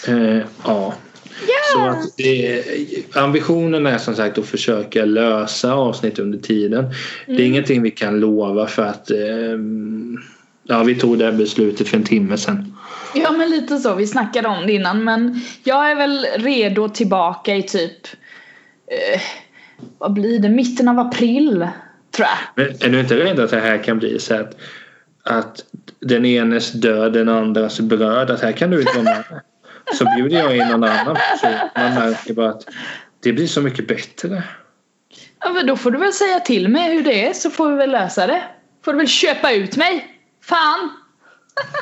[SPEAKER 1] Eh, ja. Så att det, ambitionen är som sagt att försöka lösa avsnitt under tiden. Det är ingenting vi kan lova för att ehm, ja, vi tog det här beslutet för en timme sedan.
[SPEAKER 2] Ja men lite så, vi snackade om det innan men jag är väl redo tillbaka i typ eh, Vad blir det? Mitten av april tror jag.
[SPEAKER 1] Men är du inte rädd att det här kan bli så att, att den enes död, den andras bröd, att här kan du inte vara med? Så bjuder jag in någon annan person. Man märker bara att det blir så mycket bättre.
[SPEAKER 2] Ja, men då får du väl säga till mig hur det är så får vi väl lösa det. Får du väl köpa ut mig. Fan!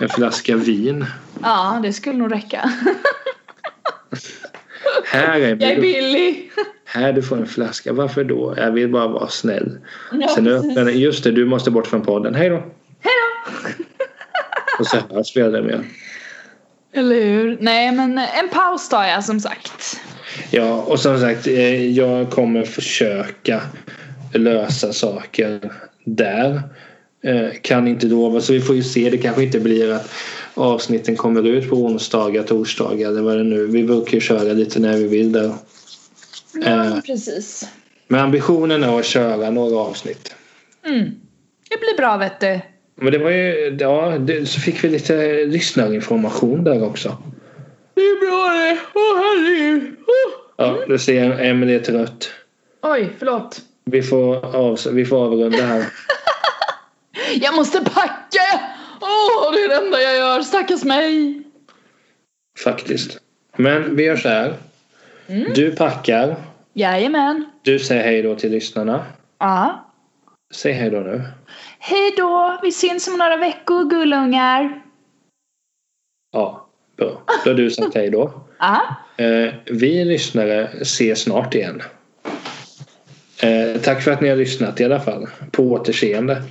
[SPEAKER 1] En flaska vin.
[SPEAKER 2] Ja, det skulle nog räcka.
[SPEAKER 1] Här är
[SPEAKER 2] Jag är billig.
[SPEAKER 1] Här du får en flaska. Varför då? Jag vill bara vara snäll.
[SPEAKER 2] Ja,
[SPEAKER 1] Sen
[SPEAKER 2] precis.
[SPEAKER 1] öppnar den. Just det, du måste bort från podden. Hej då!
[SPEAKER 2] Hej då!
[SPEAKER 1] Och så hörs vi aldrig mer.
[SPEAKER 2] Eller hur? Nej, men en paus tar jag som sagt.
[SPEAKER 1] Ja, och som sagt, eh, jag kommer försöka lösa saker där. Eh, Kan inte lova, så vi får ju se. Det kanske inte blir att avsnitten kommer ut på onsdagar, torsdagar eller vad det nu Vi brukar ju köra lite när vi vill där. Eh,
[SPEAKER 2] Ja, precis.
[SPEAKER 1] Men ambitionen är att köra några avsnitt.
[SPEAKER 2] Mm. Det blir bra vet du.
[SPEAKER 1] Men det var ju, ja, det, så fick vi lite lyssnarinformation där också.
[SPEAKER 2] Det är bra det. Åh herregud.
[SPEAKER 1] Ja, du ser jag, Emily är trött.
[SPEAKER 2] Oj, förlåt.
[SPEAKER 1] Vi får, avs- vi får avrunda här.
[SPEAKER 2] Jag måste packa! Åh, det är det enda jag gör. Stackars mig.
[SPEAKER 1] Faktiskt. Men vi gör så här. Du packar.
[SPEAKER 2] Jajamän.
[SPEAKER 1] Du säger hej då till lyssnarna.
[SPEAKER 2] Ja.
[SPEAKER 1] Säg hej då nu.
[SPEAKER 2] Hej då! Vi syns om några veckor, gullungar.
[SPEAKER 1] Ja, bra. Då har du sagt hej då.
[SPEAKER 2] Ja,
[SPEAKER 1] Eh, vi lyssnare ses snart igen. Eh, tack för att ni har lyssnat i alla fall. På återseende.